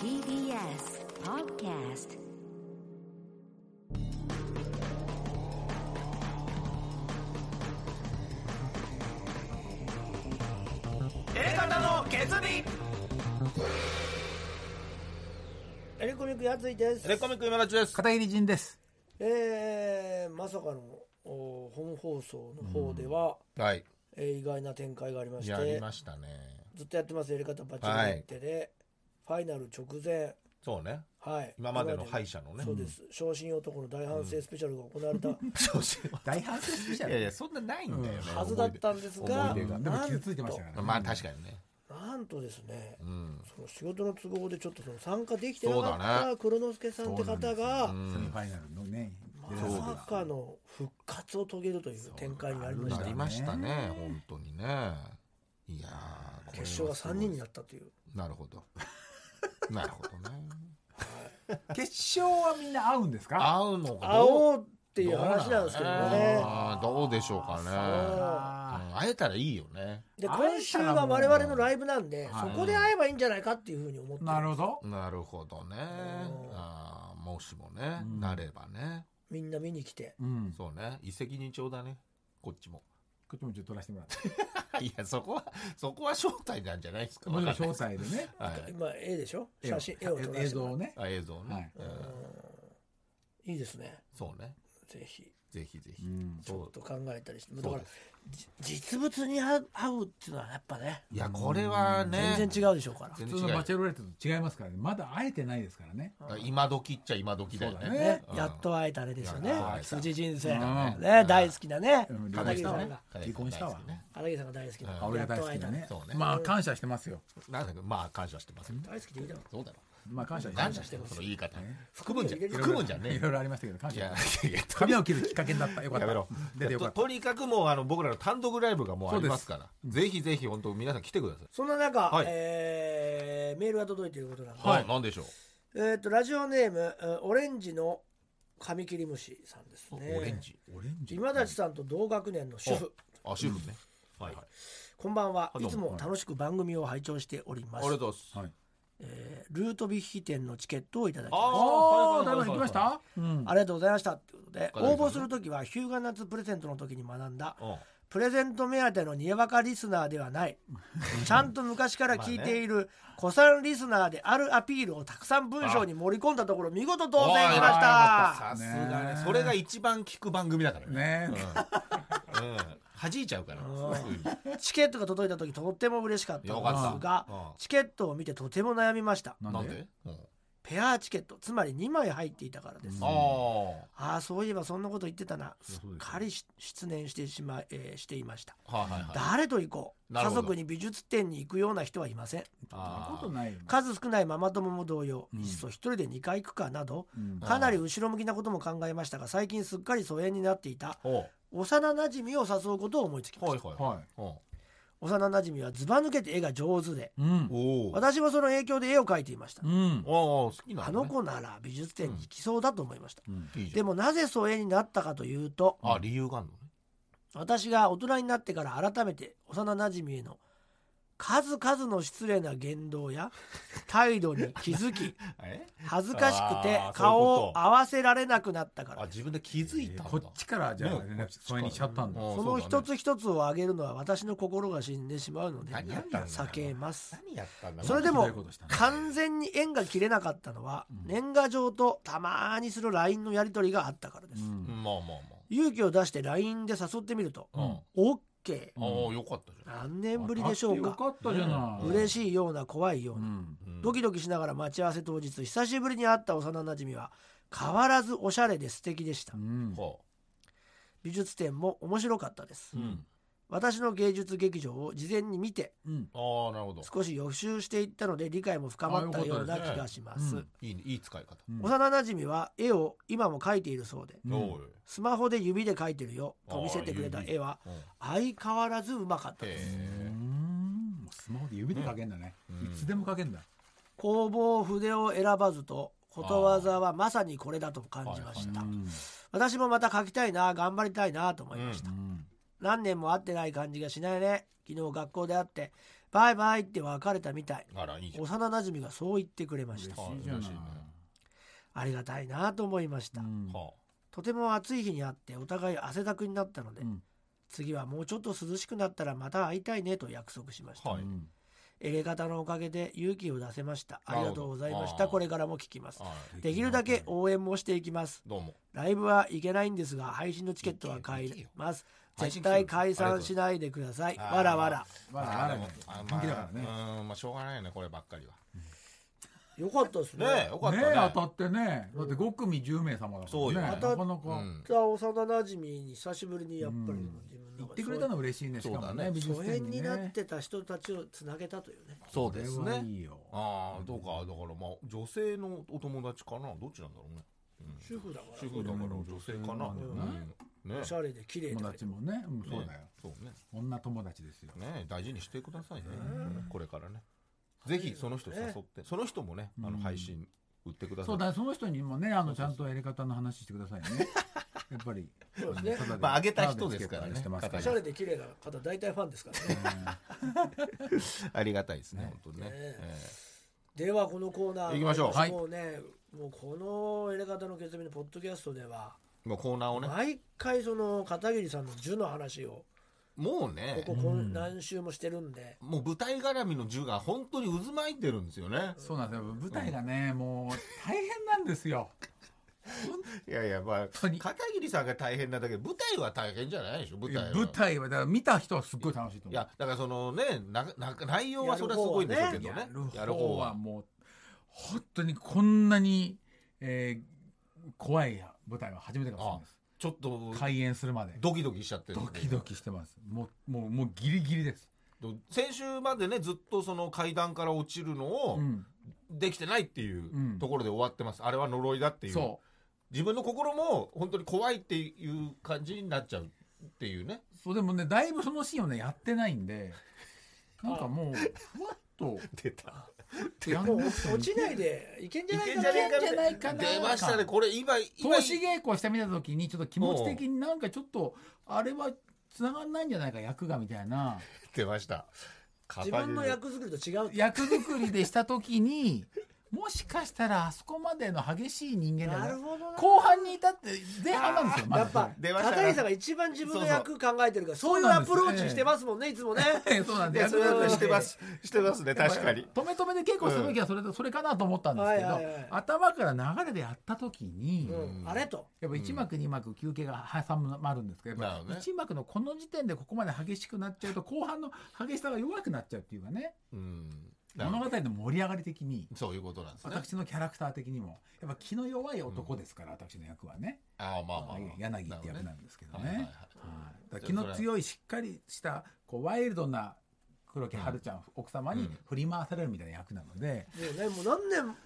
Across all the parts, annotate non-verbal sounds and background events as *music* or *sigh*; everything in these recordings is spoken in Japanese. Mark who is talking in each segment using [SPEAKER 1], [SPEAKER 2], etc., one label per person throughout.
[SPEAKER 1] TBS Podcast
[SPEAKER 2] 方の決意
[SPEAKER 3] エレコミックやついです。
[SPEAKER 2] レコミック今立ちです
[SPEAKER 4] 片桐仁です。
[SPEAKER 3] えーまさかのお本放送の方では、
[SPEAKER 2] はい
[SPEAKER 3] えー意外な展開がありまし
[SPEAKER 2] やり
[SPEAKER 3] て、
[SPEAKER 2] ましたね
[SPEAKER 3] ずっとやってます、やり方バチバチってで、ファイナル直前、
[SPEAKER 2] そうね
[SPEAKER 3] はい、
[SPEAKER 2] 今までの敗者のね
[SPEAKER 3] そうです、昇進男の大反省スペシャルが行
[SPEAKER 2] *laughs*
[SPEAKER 3] われた
[SPEAKER 2] 調子は
[SPEAKER 4] 大反省スペシャ
[SPEAKER 2] い
[SPEAKER 4] ル
[SPEAKER 2] やいやそんなないんだよね
[SPEAKER 3] はずだったんですが、
[SPEAKER 2] 思い出
[SPEAKER 4] う
[SPEAKER 2] が
[SPEAKER 4] んでも傷ついてましたからね。
[SPEAKER 2] まあ確かにね
[SPEAKER 3] なんとですね、その仕事の都合でちょっとその参加できてな
[SPEAKER 2] そうだ
[SPEAKER 3] かっ
[SPEAKER 2] ね
[SPEAKER 3] た黒之助さんって方が、
[SPEAKER 4] セミファイナルのね。
[SPEAKER 3] まさかの復活を遂げるという展開になりまし
[SPEAKER 2] な
[SPEAKER 3] た
[SPEAKER 2] り。ましたね本当にねいやーこれは
[SPEAKER 3] 決勝が3人になったという。
[SPEAKER 2] なるほど *laughs* なるほどね
[SPEAKER 4] 決勝はみんな合うんですか
[SPEAKER 2] 合うのか
[SPEAKER 3] 会
[SPEAKER 2] どう
[SPEAKER 3] おうっていう話なんですけどね。
[SPEAKER 2] あーどうでしょうかねうん会えたらいいよね
[SPEAKER 3] で
[SPEAKER 4] あー
[SPEAKER 3] 今週は我々のライブなんで、そこで会えばいいんじゃないかっていうふうに思って
[SPEAKER 4] なるほど。
[SPEAKER 2] なるほどねあーもしもねなればね
[SPEAKER 3] みんな見に来て
[SPEAKER 4] うん。
[SPEAKER 2] そうね一石二鳥だねこっちも *laughs*
[SPEAKER 4] こっちもちょっと取らせてもらって。
[SPEAKER 2] いやそこはそこは招待なんじゃないですか
[SPEAKER 4] もちろん
[SPEAKER 2] *laughs* わかん
[SPEAKER 4] 詳
[SPEAKER 2] ない
[SPEAKER 4] 細でね。
[SPEAKER 2] はい
[SPEAKER 3] 今絵でしょ写真絵を撮らせ
[SPEAKER 4] 映
[SPEAKER 3] て
[SPEAKER 4] 像をね。
[SPEAKER 2] あ映像ね、
[SPEAKER 4] はい
[SPEAKER 2] うん
[SPEAKER 3] いいですね
[SPEAKER 2] そうね
[SPEAKER 3] ぜひ
[SPEAKER 2] ぜひぜひ、
[SPEAKER 4] うん
[SPEAKER 3] ちょ
[SPEAKER 2] そ
[SPEAKER 3] っと考えたりしてだか
[SPEAKER 2] そう
[SPEAKER 3] ら
[SPEAKER 2] です
[SPEAKER 3] じ実物に会う会うっていうのはやっぱね
[SPEAKER 2] ういやこれはね
[SPEAKER 3] 全然違うでしょうから
[SPEAKER 2] 全
[SPEAKER 4] 普通
[SPEAKER 2] 然違
[SPEAKER 4] の
[SPEAKER 2] う
[SPEAKER 4] バチェロレットと違いますからね。まだ会えてないですからね。
[SPEAKER 2] だから今時っちゃ今時だよ
[SPEAKER 4] そう
[SPEAKER 2] ね
[SPEAKER 4] だね
[SPEAKER 3] ね
[SPEAKER 2] うん
[SPEAKER 3] やっと会えたあれですよね
[SPEAKER 2] やっと会えた
[SPEAKER 3] 羊人生
[SPEAKER 4] ん
[SPEAKER 3] ね大好きなね
[SPEAKER 4] うん
[SPEAKER 3] 片桐さん
[SPEAKER 2] ね
[SPEAKER 3] が
[SPEAKER 4] 離婚したわ
[SPEAKER 2] 大好きね
[SPEAKER 3] 片桐さんが大好きな
[SPEAKER 4] あ俺が大好きだ
[SPEAKER 3] やっ
[SPEAKER 4] ね
[SPEAKER 3] と会え。
[SPEAKER 2] そうね
[SPEAKER 4] まあ感謝してますよ。
[SPEAKER 2] なんだけどまあ感謝してますよ
[SPEAKER 3] た大好きでいいだろう
[SPEAKER 2] そうだろ
[SPEAKER 4] まあ感謝してま
[SPEAKER 2] 感
[SPEAKER 4] す
[SPEAKER 2] 謝してるその言い方含むんじゃ
[SPEAKER 3] いろいろ
[SPEAKER 2] 含むんじゃね
[SPEAKER 4] い
[SPEAKER 2] えよ
[SPEAKER 4] ろいろありましたけど、感
[SPEAKER 2] いや
[SPEAKER 4] 謝。
[SPEAKER 2] いやいや
[SPEAKER 4] 髪を切るきっかけになった。よかった。
[SPEAKER 2] やめろ
[SPEAKER 4] 出てよかっ
[SPEAKER 2] ととにかくもうあの僕らの単独ライブがもうありますからぜひぜひ本当皆さん来てください
[SPEAKER 3] そんな中、
[SPEAKER 2] はい
[SPEAKER 3] えーメールが届いていることなんで、
[SPEAKER 2] はい何でしょう
[SPEAKER 3] えーっとラジオネームえーオレンジのカミキリムシさんです
[SPEAKER 2] オ
[SPEAKER 3] ね
[SPEAKER 2] レンジオレン
[SPEAKER 3] 今立さんと同学年の主婦
[SPEAKER 2] あ主婦ねはいはい
[SPEAKER 3] こんばんは
[SPEAKER 2] あ
[SPEAKER 3] い
[SPEAKER 2] どう
[SPEAKER 3] つ
[SPEAKER 2] も
[SPEAKER 3] も楽しく番組を拝聴しており
[SPEAKER 2] あ
[SPEAKER 3] ま
[SPEAKER 2] り
[SPEAKER 3] す
[SPEAKER 2] がとうございます
[SPEAKER 4] た。はい。
[SPEAKER 3] えールートビッヒ店のチケットをいただきまし
[SPEAKER 4] ああ、だいぶ
[SPEAKER 2] 行
[SPEAKER 4] 行きましたうん。
[SPEAKER 3] たありがとうございましたということで
[SPEAKER 2] りがと
[SPEAKER 3] 応
[SPEAKER 2] う
[SPEAKER 3] 募
[SPEAKER 2] ござ
[SPEAKER 3] す
[SPEAKER 2] いま
[SPEAKER 3] るときはヒューガナッツプレゼントの時に学んだ
[SPEAKER 2] うん
[SPEAKER 3] プレゼント目当てのにわかリスナーでは
[SPEAKER 2] *laughs*
[SPEAKER 3] ないちゃんと昔から聞いている古参リスナーであるアピールをたくさん文章に盛り込んだところ見事当選しまし
[SPEAKER 2] あ
[SPEAKER 3] た
[SPEAKER 2] ーさすがねそれが一番聞く番組だからね
[SPEAKER 4] ねえ。
[SPEAKER 2] うん弾いちゃうからそういうの
[SPEAKER 3] チケットが届いた時とっても嬉しかった
[SPEAKER 2] よか
[SPEAKER 3] の
[SPEAKER 2] っ
[SPEAKER 3] です
[SPEAKER 2] た
[SPEAKER 3] が
[SPEAKER 2] うん
[SPEAKER 3] チケットを見てとても悩みました
[SPEAKER 2] なんでうん
[SPEAKER 3] ペアチケットつまり2枚入っていたからです、
[SPEAKER 2] あ
[SPEAKER 3] あ
[SPEAKER 2] ー
[SPEAKER 3] あそういえばそんなこと言ってたなす
[SPEAKER 4] や
[SPEAKER 3] っ
[SPEAKER 4] そうですよ
[SPEAKER 3] かりし失念してしまい、えーしていました、
[SPEAKER 2] はいはいはい
[SPEAKER 3] 誰と行こう
[SPEAKER 2] な
[SPEAKER 3] 家
[SPEAKER 2] るほど
[SPEAKER 3] 族に美術展に行くような人はいません
[SPEAKER 4] そんなことないよ。
[SPEAKER 3] 数少ないママ友も同様、いっそ一人で2回行くかなど、
[SPEAKER 4] うん
[SPEAKER 3] かなり後ろ向きなことも考えましたが最近すっかり疎遠になっていた
[SPEAKER 2] おう
[SPEAKER 3] 幼なじみを誘うことを思いつきま
[SPEAKER 2] は
[SPEAKER 3] し
[SPEAKER 2] い
[SPEAKER 3] た
[SPEAKER 2] はい
[SPEAKER 4] はい
[SPEAKER 2] うん
[SPEAKER 3] 幼なじみはずば抜けて絵が上手で
[SPEAKER 4] うん。
[SPEAKER 2] おー
[SPEAKER 3] 私もその影響で絵を描いていました、
[SPEAKER 4] うん。
[SPEAKER 2] おー好きな
[SPEAKER 3] あ
[SPEAKER 2] の
[SPEAKER 3] の
[SPEAKER 2] ね
[SPEAKER 3] 子なら美術展に行きそうだと思いました、
[SPEAKER 2] いいじゃん
[SPEAKER 3] でもなぜ疎遠になったかというと
[SPEAKER 2] あ理由があるのね
[SPEAKER 3] 私が大人になってから改めて幼なじみへの数々の失礼な言動や態度に気づ
[SPEAKER 2] *laughs*
[SPEAKER 3] き
[SPEAKER 2] え
[SPEAKER 3] 恥ずかしくて
[SPEAKER 2] あーそういうこと
[SPEAKER 3] 顔を合わせられなくなったから
[SPEAKER 2] あ自分で気づいたんだ
[SPEAKER 4] こっちからじゃあ
[SPEAKER 2] ね
[SPEAKER 4] 連絡それにしちゃったんだ。
[SPEAKER 2] うん
[SPEAKER 3] その
[SPEAKER 2] うだ
[SPEAKER 3] 一
[SPEAKER 2] ね
[SPEAKER 3] つ一つを上げるのは私の心が死んでしまうので
[SPEAKER 2] 何やったんだ
[SPEAKER 3] 避けます
[SPEAKER 2] 何やったんだ
[SPEAKER 3] それで
[SPEAKER 4] ひ
[SPEAKER 3] も
[SPEAKER 4] どいことしたね
[SPEAKER 3] 完全に縁が切れなかったのは年賀状とたまにする LINE のやり取りがあったからです、
[SPEAKER 2] まあまあま
[SPEAKER 3] 勇気を出して LINE で誘ってみると
[SPEAKER 2] あうん
[SPEAKER 3] OK
[SPEAKER 2] ああよかったじゃん
[SPEAKER 3] 何年ぶりでしょう
[SPEAKER 4] よか
[SPEAKER 3] か
[SPEAKER 4] ったじゃない。
[SPEAKER 3] 嬉しいような怖いよう
[SPEAKER 4] う
[SPEAKER 3] な、
[SPEAKER 4] ん。
[SPEAKER 3] ドキドキしながら待ち合わせ当日久しぶりに会った幼なじみは変わらずおしゃれで素敵でした、
[SPEAKER 4] うん。
[SPEAKER 2] ほ
[SPEAKER 3] 美術展も面白かったです、
[SPEAKER 2] ん
[SPEAKER 3] 私の芸術劇場を事前に見て
[SPEAKER 4] うん。
[SPEAKER 2] うああなるほど
[SPEAKER 3] 少し予習していったので理解も深まったような気がしま
[SPEAKER 4] あよ
[SPEAKER 3] す
[SPEAKER 4] かっ
[SPEAKER 2] いいねいい使い方
[SPEAKER 4] うん
[SPEAKER 3] 幼なじみは絵を今も描いているそうで
[SPEAKER 4] うん
[SPEAKER 2] おう
[SPEAKER 3] スマホで指で描いてるよと見せてくれた絵は
[SPEAKER 2] うんへ
[SPEAKER 3] 相変わらずうまかったです
[SPEAKER 2] え
[SPEAKER 4] うんもうスマホで指で書けんだね。いつでも書けんだ。
[SPEAKER 3] 工房筆を選ばずとことわざはまさにこれだと感じました私もまた書きたいな頑張りたいなと思いました、
[SPEAKER 4] うん。
[SPEAKER 3] 何年も会ってない感じがしないね昨日学校で会ってバイバイって別れたみたい
[SPEAKER 2] あらいいじゃん
[SPEAKER 3] 幼馴染がそう言ってくれました
[SPEAKER 2] は
[SPEAKER 4] じゃない
[SPEAKER 2] 嬉しいね
[SPEAKER 3] ありがたいなと思いました、
[SPEAKER 4] うん
[SPEAKER 2] は
[SPEAKER 3] とても暑い日にあってお互い汗だくになったので、
[SPEAKER 4] うん
[SPEAKER 3] 次はもうちょっと涼しくなったらまた会いたいねと約束しました、
[SPEAKER 2] あはい
[SPEAKER 4] うん
[SPEAKER 3] エレ方のおかげで勇気を出せましたあ
[SPEAKER 2] なる
[SPEAKER 3] り
[SPEAKER 2] ほど
[SPEAKER 3] がとうございまし
[SPEAKER 2] あ
[SPEAKER 3] た
[SPEAKER 2] ー
[SPEAKER 3] これからも聞きます
[SPEAKER 2] はい
[SPEAKER 3] できるだけ応援もしていきます
[SPEAKER 2] どうも
[SPEAKER 3] ライブは行けないんですが配信のチケットは買
[SPEAKER 2] 行け
[SPEAKER 3] い
[SPEAKER 2] よ
[SPEAKER 3] ます
[SPEAKER 2] 配
[SPEAKER 3] 絶
[SPEAKER 2] 信来てる
[SPEAKER 3] 対解散しないでください
[SPEAKER 2] ありがとう
[SPEAKER 3] わらわら
[SPEAKER 4] まあ、あらね、
[SPEAKER 2] あ
[SPEAKER 4] 本気だか
[SPEAKER 2] ま
[SPEAKER 4] らね。
[SPEAKER 2] あうんまあしょうがないよねこればっかりは
[SPEAKER 3] よかったですね
[SPEAKER 2] ねえよかったね
[SPEAKER 4] ねえ当たってね、だって5組10名様だからね。
[SPEAKER 2] そうよ
[SPEAKER 4] なかなか。
[SPEAKER 2] うん
[SPEAKER 3] じゃあ幼馴染に久しぶりにやっぱり
[SPEAKER 4] うん
[SPEAKER 3] 自分の中
[SPEAKER 4] 言っ
[SPEAKER 3] で
[SPEAKER 4] てくれたの嬉しいね、し
[SPEAKER 2] そう
[SPEAKER 4] かも
[SPEAKER 2] そうだ
[SPEAKER 4] ね、
[SPEAKER 2] ね
[SPEAKER 4] 美
[SPEAKER 3] 疎
[SPEAKER 4] 術展
[SPEAKER 3] 遠
[SPEAKER 4] に
[SPEAKER 3] になっ
[SPEAKER 4] ね。
[SPEAKER 3] てた人たちをつなげたというね
[SPEAKER 2] そうです
[SPEAKER 4] これはい
[SPEAKER 2] ね
[SPEAKER 4] いよ。
[SPEAKER 2] ああどうかだからまあ女性のお友達かなどっちなんだろうね
[SPEAKER 3] 主婦だから
[SPEAKER 2] 主婦だから女性かな
[SPEAKER 4] うん
[SPEAKER 2] うんね
[SPEAKER 3] おしゃれで綺麗
[SPEAKER 4] 友
[SPEAKER 3] で
[SPEAKER 4] 達もね、うんそうだよ
[SPEAKER 2] ね。そうね
[SPEAKER 4] 女友達ですよ。
[SPEAKER 2] ね大事にしてくださいねこれからねぜひその人誘ってその人もねあの配信売ってくださ
[SPEAKER 4] そう
[SPEAKER 2] い
[SPEAKER 4] だね、その人にもね、あの、ちゃんとやり方の話してください
[SPEAKER 2] *laughs*
[SPEAKER 4] ね。やっぱり。
[SPEAKER 3] そうですね
[SPEAKER 4] ただ
[SPEAKER 2] まああげた人ですからね
[SPEAKER 4] ただしてますか
[SPEAKER 3] お
[SPEAKER 4] ら
[SPEAKER 3] しゃれで綺麗な方大体ファンですからね
[SPEAKER 2] ありがたいですね本当にね
[SPEAKER 3] ね
[SPEAKER 2] え
[SPEAKER 3] ではこのコーナー
[SPEAKER 2] 行きましょう
[SPEAKER 3] 私もうね、もうこの「エレガタの決意」のポッドキャストでは
[SPEAKER 2] えもうコーナーをね
[SPEAKER 3] 毎回その片桐さんの「樹」の話を
[SPEAKER 2] もう
[SPEAKER 3] こ
[SPEAKER 2] ね
[SPEAKER 3] ここん何週もしてるんで、
[SPEAKER 2] もう舞台絡みの銃が本当に渦巻いてるんですよね
[SPEAKER 4] そうなんですよ。舞台がね、もう大変なんですよ。
[SPEAKER 2] いやいやまあ
[SPEAKER 4] 当に
[SPEAKER 2] 片桐さんが大変なだけで舞台は大変じゃないでしょ舞
[SPEAKER 4] い
[SPEAKER 2] 台
[SPEAKER 4] や
[SPEAKER 2] は
[SPEAKER 4] 舞台は、だから見た人はすっごい楽しいと思
[SPEAKER 2] い
[SPEAKER 4] う
[SPEAKER 2] や。だからそのねなな内容はそれはすごいんでしょうけどね
[SPEAKER 4] やる方はもう本当にこんなに、えー怖い舞台は初めてかもしれないです
[SPEAKER 2] ちょっと
[SPEAKER 4] 開演するまで
[SPEAKER 2] ドキドキしちゃってる
[SPEAKER 4] ドキドキしてますもうもうもうギリギリです、
[SPEAKER 2] 先週までねずっとその階段から落ちるのを
[SPEAKER 4] うん
[SPEAKER 2] できてないっていう
[SPEAKER 4] うん
[SPEAKER 2] ところで終わってます、あれは呪いだっていう
[SPEAKER 4] そ
[SPEAKER 2] 自分の心も本当に怖いっていう感じになっちゃうっていうね
[SPEAKER 4] うそうでもねだいぶそのシーンをねやってないん
[SPEAKER 2] *laughs*
[SPEAKER 4] でなんかもうふわっと
[SPEAKER 2] 出た
[SPEAKER 4] やん
[SPEAKER 3] もう落ちないでいけんじゃないかな
[SPEAKER 2] 出ましたねこれ今今
[SPEAKER 4] 投資稽古してみた時にちょっと気持ち的になんかちょっとあれは繋がんないんじゃないか役がみたいな
[SPEAKER 2] 出ました
[SPEAKER 3] 自分の役作りと違う
[SPEAKER 4] 役作りでした時にもしかしたらあそこまでの激しい人間
[SPEAKER 3] な
[SPEAKER 4] だ
[SPEAKER 3] るほどな
[SPEAKER 4] 後半に至って前半なんですよまだ
[SPEAKER 3] やっぱ
[SPEAKER 2] 出ましたね
[SPEAKER 3] 片桐さんが一番自分の役考えてるからそう
[SPEAKER 4] う
[SPEAKER 3] い
[SPEAKER 4] そう
[SPEAKER 3] うアプローチしてますもんねいつもね
[SPEAKER 4] ええ *laughs* そうなんで
[SPEAKER 2] いや
[SPEAKER 4] す *laughs*
[SPEAKER 2] それはしてますしてますね確かに
[SPEAKER 4] 止め止めで稽古する時はそれ,、それかなと思ったんですけど、
[SPEAKER 3] はいはいはい
[SPEAKER 4] 頭から流れでやった時に、
[SPEAKER 3] うんあれと
[SPEAKER 4] やっぱ1幕2幕休憩が挟まるんですけど、
[SPEAKER 2] なるほどね
[SPEAKER 4] 1幕のこの時点でここまで激しくなっちゃうと後半の激しさが弱くなっちゃうっていうかね
[SPEAKER 2] うん
[SPEAKER 4] 物語の盛り上がり的に
[SPEAKER 2] そういうことなんですね
[SPEAKER 4] 私のキャラクター的にもやっぱ気の弱い男ですから、私の役はね。
[SPEAKER 2] ああまあまあまあ
[SPEAKER 4] 柳って役なんですけどね。
[SPEAKER 2] なるほどねはいはいはい
[SPEAKER 4] はいだから気の強いしっかりしたこうワイルドな黒木華ちゃん、奥様に振り回されるみたいな役なので、
[SPEAKER 3] もうねもう何年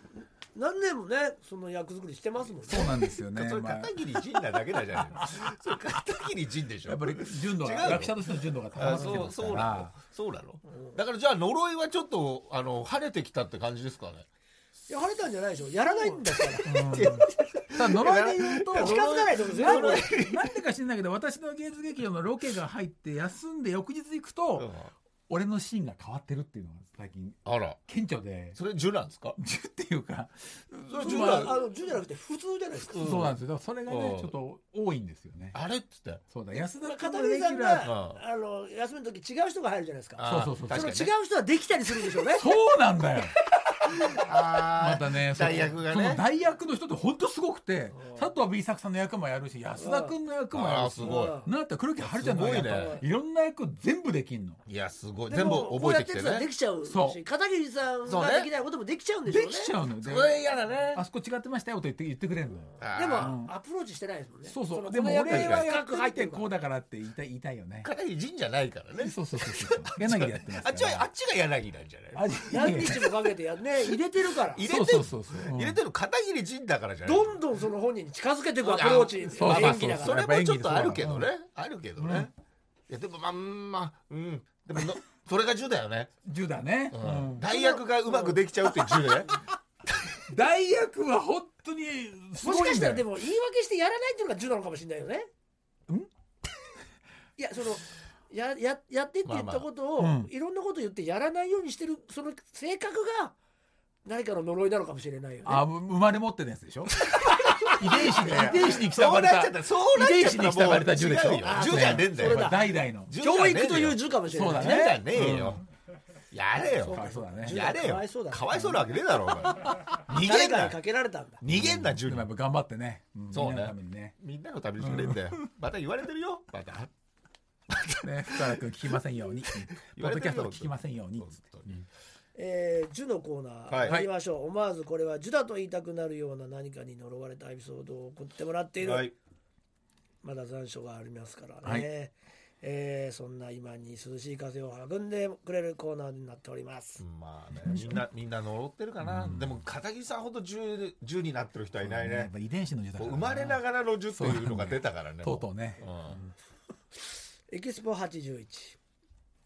[SPEAKER 3] 何年もねその役作りしてますもんね
[SPEAKER 4] そうなんですよね。
[SPEAKER 2] *laughs* それ
[SPEAKER 4] まあ
[SPEAKER 2] 片桐仁なだけだじゃない
[SPEAKER 4] *laughs*
[SPEAKER 2] のそれ片桐仁でしょ
[SPEAKER 4] やっぱり純度が
[SPEAKER 2] 違うよ
[SPEAKER 4] 役者としての純度が高ま
[SPEAKER 2] あ
[SPEAKER 4] ってきて
[SPEAKER 2] そ
[SPEAKER 4] ま
[SPEAKER 2] う
[SPEAKER 4] す
[SPEAKER 2] そう
[SPEAKER 4] か
[SPEAKER 2] なの
[SPEAKER 4] ら。
[SPEAKER 2] そうなのだからじゃあ呪いはちょっとあの晴れてきたって感じですかね
[SPEAKER 3] いや晴れたんじゃないでしょやらないんだから
[SPEAKER 4] ただ呪いで言うと
[SPEAKER 3] 近づかないと思う
[SPEAKER 4] なんでなんでか知らないけど私の芸術劇場のロケが入って休んで翌日行くと、
[SPEAKER 2] うん
[SPEAKER 4] 俺のシーンが変わってるっていうのが最近
[SPEAKER 2] あら
[SPEAKER 4] 顕著で
[SPEAKER 2] それ樹なんですか
[SPEAKER 4] 10っていうか
[SPEAKER 2] それ
[SPEAKER 3] 十
[SPEAKER 2] 樹
[SPEAKER 3] はあ
[SPEAKER 2] な
[SPEAKER 3] の十じゃなくて普通じゃないですか。
[SPEAKER 2] うん
[SPEAKER 4] そうなんですよ。だからそれが
[SPEAKER 2] う
[SPEAKER 4] ね
[SPEAKER 2] ん、
[SPEAKER 4] ちょっと多いんですよね。
[SPEAKER 2] あれっつって
[SPEAKER 4] そうだ、安田君
[SPEAKER 3] 片
[SPEAKER 4] の
[SPEAKER 3] 桐
[SPEAKER 4] レギ
[SPEAKER 3] さん
[SPEAKER 4] ュラー。
[SPEAKER 3] があの休みの時違う人が入るじゃないですか。
[SPEAKER 2] あー
[SPEAKER 4] そうそうそう
[SPEAKER 2] 確
[SPEAKER 3] そ
[SPEAKER 2] か
[SPEAKER 3] の
[SPEAKER 2] に
[SPEAKER 3] 違
[SPEAKER 2] ね
[SPEAKER 3] う人はできたりするんでしょうね。
[SPEAKER 4] そうなんだよ。
[SPEAKER 2] あー
[SPEAKER 4] またね、
[SPEAKER 2] 代役がね
[SPEAKER 4] その代役の人って本当すごくて、佐藤 B 作さんの役もやるし、安田君の役もや
[SPEAKER 2] あー
[SPEAKER 4] る
[SPEAKER 2] す
[SPEAKER 4] し。
[SPEAKER 2] ごい
[SPEAKER 3] うん
[SPEAKER 4] なんて黒木春ちゃんの
[SPEAKER 2] すご
[SPEAKER 4] 役
[SPEAKER 2] いね
[SPEAKER 4] いろんな役全部できんの。
[SPEAKER 2] いやすごい
[SPEAKER 3] で
[SPEAKER 2] 全部
[SPEAKER 3] も
[SPEAKER 2] 覚えてきて
[SPEAKER 3] こうやってたらで
[SPEAKER 2] ね
[SPEAKER 3] きちゃうし
[SPEAKER 4] そう
[SPEAKER 3] 片桐さんができないこともできちゃうんでしょう
[SPEAKER 4] で
[SPEAKER 3] ね。
[SPEAKER 4] きちゃうのよで
[SPEAKER 2] それ嫌だね
[SPEAKER 4] あそこ違ってましたよと言って言ってくれるのよ。
[SPEAKER 2] あー
[SPEAKER 3] でもアプローチしてないですもんね。
[SPEAKER 4] そうそう。
[SPEAKER 3] の
[SPEAKER 4] でも
[SPEAKER 3] この役
[SPEAKER 4] 俺は
[SPEAKER 3] に
[SPEAKER 4] やっ
[SPEAKER 3] 深く入っててる
[SPEAKER 4] みて
[SPEAKER 3] か
[SPEAKER 4] こ
[SPEAKER 3] ら
[SPEAKER 4] うだからって言いたい言いたいよね。
[SPEAKER 2] 片桐仁じゃないからね
[SPEAKER 4] そうそうそうそう。柳でやってます
[SPEAKER 2] あ
[SPEAKER 4] か
[SPEAKER 2] っちは
[SPEAKER 4] ら。
[SPEAKER 2] あっちが柳なんじゃない
[SPEAKER 4] あっち
[SPEAKER 3] 何日もかけてやね入れてるから。
[SPEAKER 2] 入れて
[SPEAKER 4] そうそうそうそう。うん
[SPEAKER 2] 入れてる片桐仁だからじゃない
[SPEAKER 3] どんどんその本人に近づけていくアプローチ演技
[SPEAKER 4] そうそうそう
[SPEAKER 3] だか
[SPEAKER 2] そ
[SPEAKER 3] ら。
[SPEAKER 2] れもちょっとあるけどね、あるけどね、いやでもまあうんまあうんでものそれが10だよね、
[SPEAKER 4] 10だね。
[SPEAKER 2] うん
[SPEAKER 4] うん
[SPEAKER 2] 代役がうまくできちゃうって10ね、
[SPEAKER 3] *laughs*
[SPEAKER 4] 大役は本当にす
[SPEAKER 3] もし
[SPEAKER 4] ご
[SPEAKER 3] か
[SPEAKER 4] いん
[SPEAKER 3] した
[SPEAKER 4] だ
[SPEAKER 3] らで
[SPEAKER 4] よ。
[SPEAKER 3] も言い訳してやらないっていうのが十なのかもしれないよね。
[SPEAKER 4] ん
[SPEAKER 3] いやそのやややってって言ったことを、
[SPEAKER 4] まあまあ
[SPEAKER 3] いろんなこと言ってやらないようにしてるその性格が何かの呪いなのかもしれないよね。
[SPEAKER 4] あぶ生まれ持ってるやつで
[SPEAKER 2] *laughs*
[SPEAKER 4] しょ遺伝子に遺伝子に刻
[SPEAKER 2] そ
[SPEAKER 4] ま
[SPEAKER 2] う
[SPEAKER 4] れ
[SPEAKER 2] なっち
[SPEAKER 4] た
[SPEAKER 2] ゃったそうなっちゃった
[SPEAKER 4] 遺伝子に刻まれた樹でしょ
[SPEAKER 2] 違うよ樹じゃねえんだ
[SPEAKER 3] それ
[SPEAKER 2] よ
[SPEAKER 3] だ
[SPEAKER 4] 代々の
[SPEAKER 2] 樹じゃね
[SPEAKER 3] 教
[SPEAKER 2] えんだよ
[SPEAKER 3] 育という字かもしれない
[SPEAKER 4] そう
[SPEAKER 2] 樹
[SPEAKER 4] だ
[SPEAKER 2] じ
[SPEAKER 4] ね
[SPEAKER 2] ゃねえよやれ
[SPEAKER 3] そう
[SPEAKER 2] よ
[SPEAKER 4] かそうだね
[SPEAKER 2] やれ
[SPEAKER 3] か
[SPEAKER 2] よ
[SPEAKER 3] わいそうだね
[SPEAKER 2] かわいそうなわけねえだ
[SPEAKER 3] *laughs*
[SPEAKER 2] ろお前逃
[SPEAKER 3] 誰
[SPEAKER 2] げん
[SPEAKER 3] かに
[SPEAKER 2] な
[SPEAKER 3] かけられたんだ。
[SPEAKER 2] 逃げんな
[SPEAKER 4] で
[SPEAKER 2] 樹
[SPEAKER 4] も
[SPEAKER 2] に
[SPEAKER 4] やっぱ頑張ってね、ん
[SPEAKER 2] そう
[SPEAKER 4] みん
[SPEAKER 2] ね
[SPEAKER 4] なのためにね
[SPEAKER 2] みんなのためにしかねえんだよまた言われてるよまた
[SPEAKER 4] ね福原君聞きませんように
[SPEAKER 2] *laughs*
[SPEAKER 4] ポッドキャストを聞きませんように
[SPEAKER 2] 本当に
[SPEAKER 3] えー、ジュのコーナ
[SPEAKER 2] は
[SPEAKER 3] ー
[SPEAKER 2] い
[SPEAKER 3] 行きましょう、思わずこれはジュだと言いたくなるような何かに呪われたエピソードを送ってもらっている、
[SPEAKER 2] はい
[SPEAKER 3] まだ残暑がありますからね、
[SPEAKER 4] はい
[SPEAKER 3] えーそんな今に涼しい風を運んでくれるコーナーになっております、
[SPEAKER 2] まあねみんなみんな呪ってるかなでも片桐さんほど10銃になってる人はいない
[SPEAKER 4] やっ
[SPEAKER 2] ね
[SPEAKER 4] ぱ遺伝子の時代
[SPEAKER 2] こう生まれながらの10というのが出たからね
[SPEAKER 4] とうとうね
[SPEAKER 2] うん
[SPEAKER 3] エキスポ81